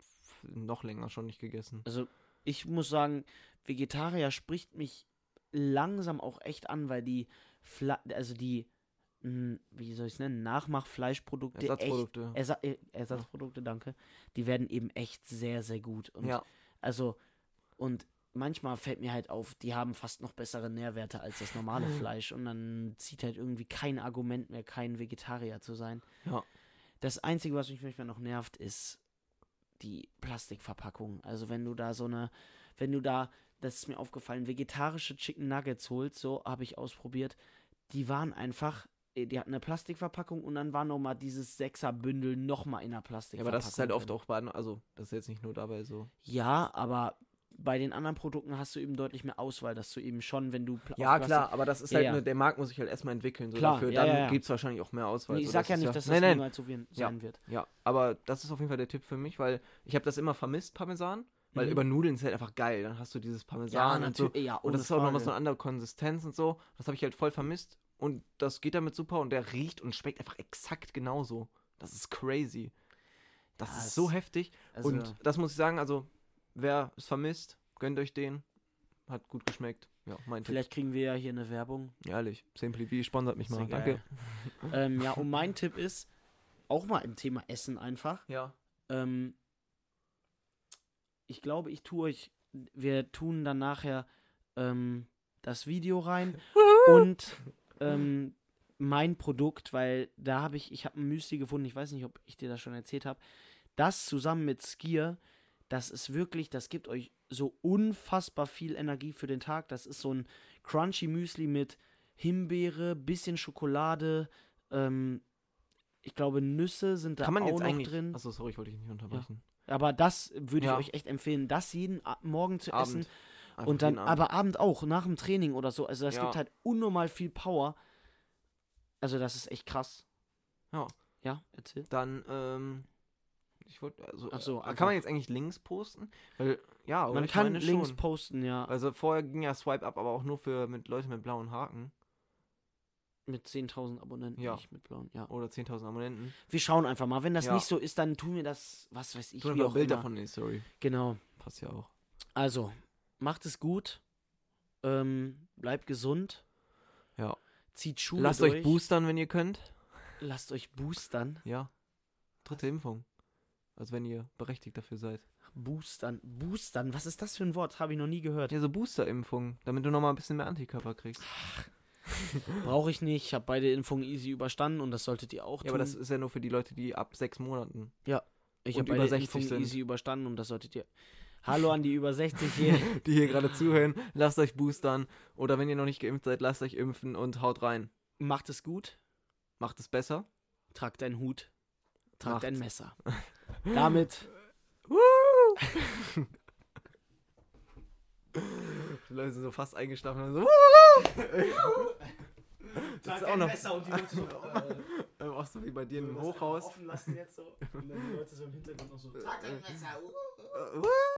[SPEAKER 1] f- noch länger schon nicht gegessen.
[SPEAKER 2] Also, ich muss sagen, Vegetarier spricht mich langsam auch echt an, weil die, Fla also die, mh, wie soll ich es nennen, Nachmachfleischprodukte, echt,
[SPEAKER 1] Ersatzprodukte.
[SPEAKER 2] Ersa äh, Ersatzprodukte, danke, die werden eben echt sehr, sehr gut. Und
[SPEAKER 1] ja,
[SPEAKER 2] Also, und manchmal fällt mir halt auf, die haben fast noch bessere Nährwerte als das normale
[SPEAKER 1] Hm.
[SPEAKER 2] Fleisch und dann zieht halt irgendwie kein Argument mehr, kein Vegetarier zu sein.
[SPEAKER 1] Ja.
[SPEAKER 2] Das Einzige, was mich manchmal noch nervt, ist die Plastikverpackung. Also wenn du da so eine, wenn du da, das ist mir aufgefallen, vegetarische Chicken Nuggets holst, so habe ich ausprobiert, die waren einfach, äh, die hatten eine Plastikverpackung und dann war nochmal dieses Sechserbündel nochmal in der
[SPEAKER 1] Ja,
[SPEAKER 2] Plastikverpackung.
[SPEAKER 1] aber das ist halt
[SPEAKER 2] drin.
[SPEAKER 1] oft auch bei, also das ist jetzt nicht nur dabei so.
[SPEAKER 2] Ja, aber bei den anderen Produkten hast du eben deutlich mehr Auswahl, dass du eben schon, wenn du Pla-
[SPEAKER 1] Ja,
[SPEAKER 2] auf Plastik-
[SPEAKER 1] klar, aber das ist
[SPEAKER 2] Ja,
[SPEAKER 1] halt
[SPEAKER 2] ja.
[SPEAKER 1] nur, der Markt muss sich halt erstmal entwickeln. So
[SPEAKER 2] Klar,
[SPEAKER 1] dafür,
[SPEAKER 2] ja,
[SPEAKER 1] dann
[SPEAKER 2] ja, ja.
[SPEAKER 1] gibt es wahrscheinlich auch mehr Auswahl.
[SPEAKER 2] Nee, ich
[SPEAKER 1] so,
[SPEAKER 2] sag
[SPEAKER 1] das
[SPEAKER 2] ja
[SPEAKER 1] ist
[SPEAKER 2] nicht, dass das
[SPEAKER 1] nein, nein,
[SPEAKER 2] niemals so wen-
[SPEAKER 1] Ja.
[SPEAKER 2] sein wird.
[SPEAKER 1] Ja, aber das ist auf jeden Fall der Tipp für mich, weil ich habe das immer vermisst, Parmesan. Weil
[SPEAKER 2] Mhm.
[SPEAKER 1] über Nudeln ist halt einfach geil. Dann hast du dieses Parmesan und so.
[SPEAKER 2] Ja,
[SPEAKER 1] Und
[SPEAKER 2] ohne
[SPEAKER 1] das ist auch nochmal
[SPEAKER 2] Frage.
[SPEAKER 1] so eine andere Konsistenz und so. Das habe ich halt voll vermisst. Und das geht damit super und der riecht und schmeckt einfach exakt genauso. Das ist crazy. Das
[SPEAKER 2] Ja,
[SPEAKER 1] ist
[SPEAKER 2] es-
[SPEAKER 1] so heftig.
[SPEAKER 2] also,
[SPEAKER 1] und das muss ich sagen, also wer es vermisst, gönnt euch den. Hat gut geschmeckt. Ja, mein Tipp.
[SPEAKER 2] Vielleicht kriegen wir ja hier eine Werbung.
[SPEAKER 1] Ehrlich. Simply V sponsert mich
[SPEAKER 2] Ist
[SPEAKER 1] mal.
[SPEAKER 2] ja geil.
[SPEAKER 1] Danke.
[SPEAKER 2] ähm, ja, und mein Tipp ist, auch mal im Thema Essen einfach.
[SPEAKER 1] Ja.
[SPEAKER 2] Ähm, ich glaube, ich tue euch, wir tun dann nachher ähm, das Video rein und ähm, mein Produkt, weil da habe ich, ich habe ein Müsli gefunden, ich weiß nicht, ob ich dir das schon erzählt habe. Das zusammen mit Skier, das ist wirklich, das gibt euch so unfassbar viel Energie für den Tag. Das ist so ein crunchy Müsli mit Himbeere, bisschen Schokolade, ähm, ich glaube Nüsse sind da
[SPEAKER 1] Kann man
[SPEAKER 2] auch
[SPEAKER 1] jetzt
[SPEAKER 2] noch
[SPEAKER 1] eigentlich. also
[SPEAKER 2] drin.
[SPEAKER 1] Achso, sorry, ich wollte dich nicht unterbrechen.
[SPEAKER 2] Aber das würde
[SPEAKER 1] Ja.
[SPEAKER 2] ich euch echt empfehlen, das jeden A- Morgen zu
[SPEAKER 1] Abend.
[SPEAKER 2] essen.
[SPEAKER 1] Einfach
[SPEAKER 2] Und dann,
[SPEAKER 1] jeden Abend.
[SPEAKER 2] aber Abend auch, nach dem Training oder so. Also das
[SPEAKER 1] Ja.
[SPEAKER 2] gibt halt unnormal viel Power. Also das ist echt krass.
[SPEAKER 1] Ja.
[SPEAKER 2] Ja, erzähl.
[SPEAKER 1] Dann, ähm, ich wollte, also,
[SPEAKER 2] Ach so,
[SPEAKER 1] äh,
[SPEAKER 2] einfach.
[SPEAKER 1] kann man jetzt eigentlich Links posten? Weil, ja, oder
[SPEAKER 2] Man
[SPEAKER 1] ich
[SPEAKER 2] kann
[SPEAKER 1] meine
[SPEAKER 2] Links
[SPEAKER 1] schon.
[SPEAKER 2] posten, ja.
[SPEAKER 1] Also vorher ging ja Swipe Up, aber auch nur für mit Leuten mit blauen Haken
[SPEAKER 2] Mit 10.000 Abonnenten,
[SPEAKER 1] Ja.
[SPEAKER 2] nicht mit blauen, ja.
[SPEAKER 1] oder 10.000 Abonnenten.
[SPEAKER 2] Wir schauen einfach mal. Wenn das
[SPEAKER 1] Ja.
[SPEAKER 2] nicht so ist, dann tun wir das, was weiß ich,
[SPEAKER 1] Tu
[SPEAKER 2] wie
[SPEAKER 1] einfach
[SPEAKER 2] auch
[SPEAKER 1] ein Bild
[SPEAKER 2] immer.
[SPEAKER 1] davon in die Story.
[SPEAKER 2] Genau.
[SPEAKER 1] Passt ja auch.
[SPEAKER 2] Also, macht es gut. Ähm, bleibt gesund.
[SPEAKER 1] Ja.
[SPEAKER 2] Zieht Schuhe
[SPEAKER 1] Lasst
[SPEAKER 2] durch.
[SPEAKER 1] euch boostern, wenn ihr könnt.
[SPEAKER 2] Lasst euch boostern.
[SPEAKER 1] Ja. Dritte Impfung. Also wenn ihr berechtigt dafür seid.
[SPEAKER 2] Boostern. Boostern. Was ist das für ein Wort? Habe ich noch nie gehört.
[SPEAKER 1] Ja, so Booster-Impfung, damit du nochmal ein bisschen mehr Antikörper kriegst.
[SPEAKER 2] Brauche ich nicht. Ich habe beide Impfungen easy überstanden und das solltet ihr auch
[SPEAKER 1] Ja,
[SPEAKER 2] tun.
[SPEAKER 1] aber das ist ja nur für die Leute, die ab sechs
[SPEAKER 2] [LAUGHS]
[SPEAKER 1] Monaten.
[SPEAKER 2] ich
[SPEAKER 1] und
[SPEAKER 2] habe
[SPEAKER 1] über
[SPEAKER 2] beide
[SPEAKER 1] 60
[SPEAKER 2] Impfungen
[SPEAKER 1] sind.
[SPEAKER 2] easy überstanden und das solltet ihr. Hallo an die über 60-Jährigen.
[SPEAKER 1] [LAUGHS] die hier gerade zuhören, lasst euch boostern. Oder wenn ihr noch nicht geimpft seid, lasst euch impfen und haut rein.
[SPEAKER 2] Macht es gut.
[SPEAKER 1] Macht es besser.
[SPEAKER 2] Tragt einen Hut.
[SPEAKER 1] Macht.
[SPEAKER 2] Tragt ein Messer.
[SPEAKER 1] [LAUGHS]
[SPEAKER 2] Damit.
[SPEAKER 1] Die Leute sind so fast eingeschlafen. und So, das ist auch
[SPEAKER 2] ein
[SPEAKER 1] noch [LAUGHS]
[SPEAKER 2] Messer und die Leute so. Äh,
[SPEAKER 1] ähm, auch so wie bei dir im
[SPEAKER 2] das einfach
[SPEAKER 1] Hochhaus.
[SPEAKER 2] äh, Offen lassen jetzt so. Und dann die Leute so im Hintergrund noch so. Tragt ein Messer.
[SPEAKER 1] Äh,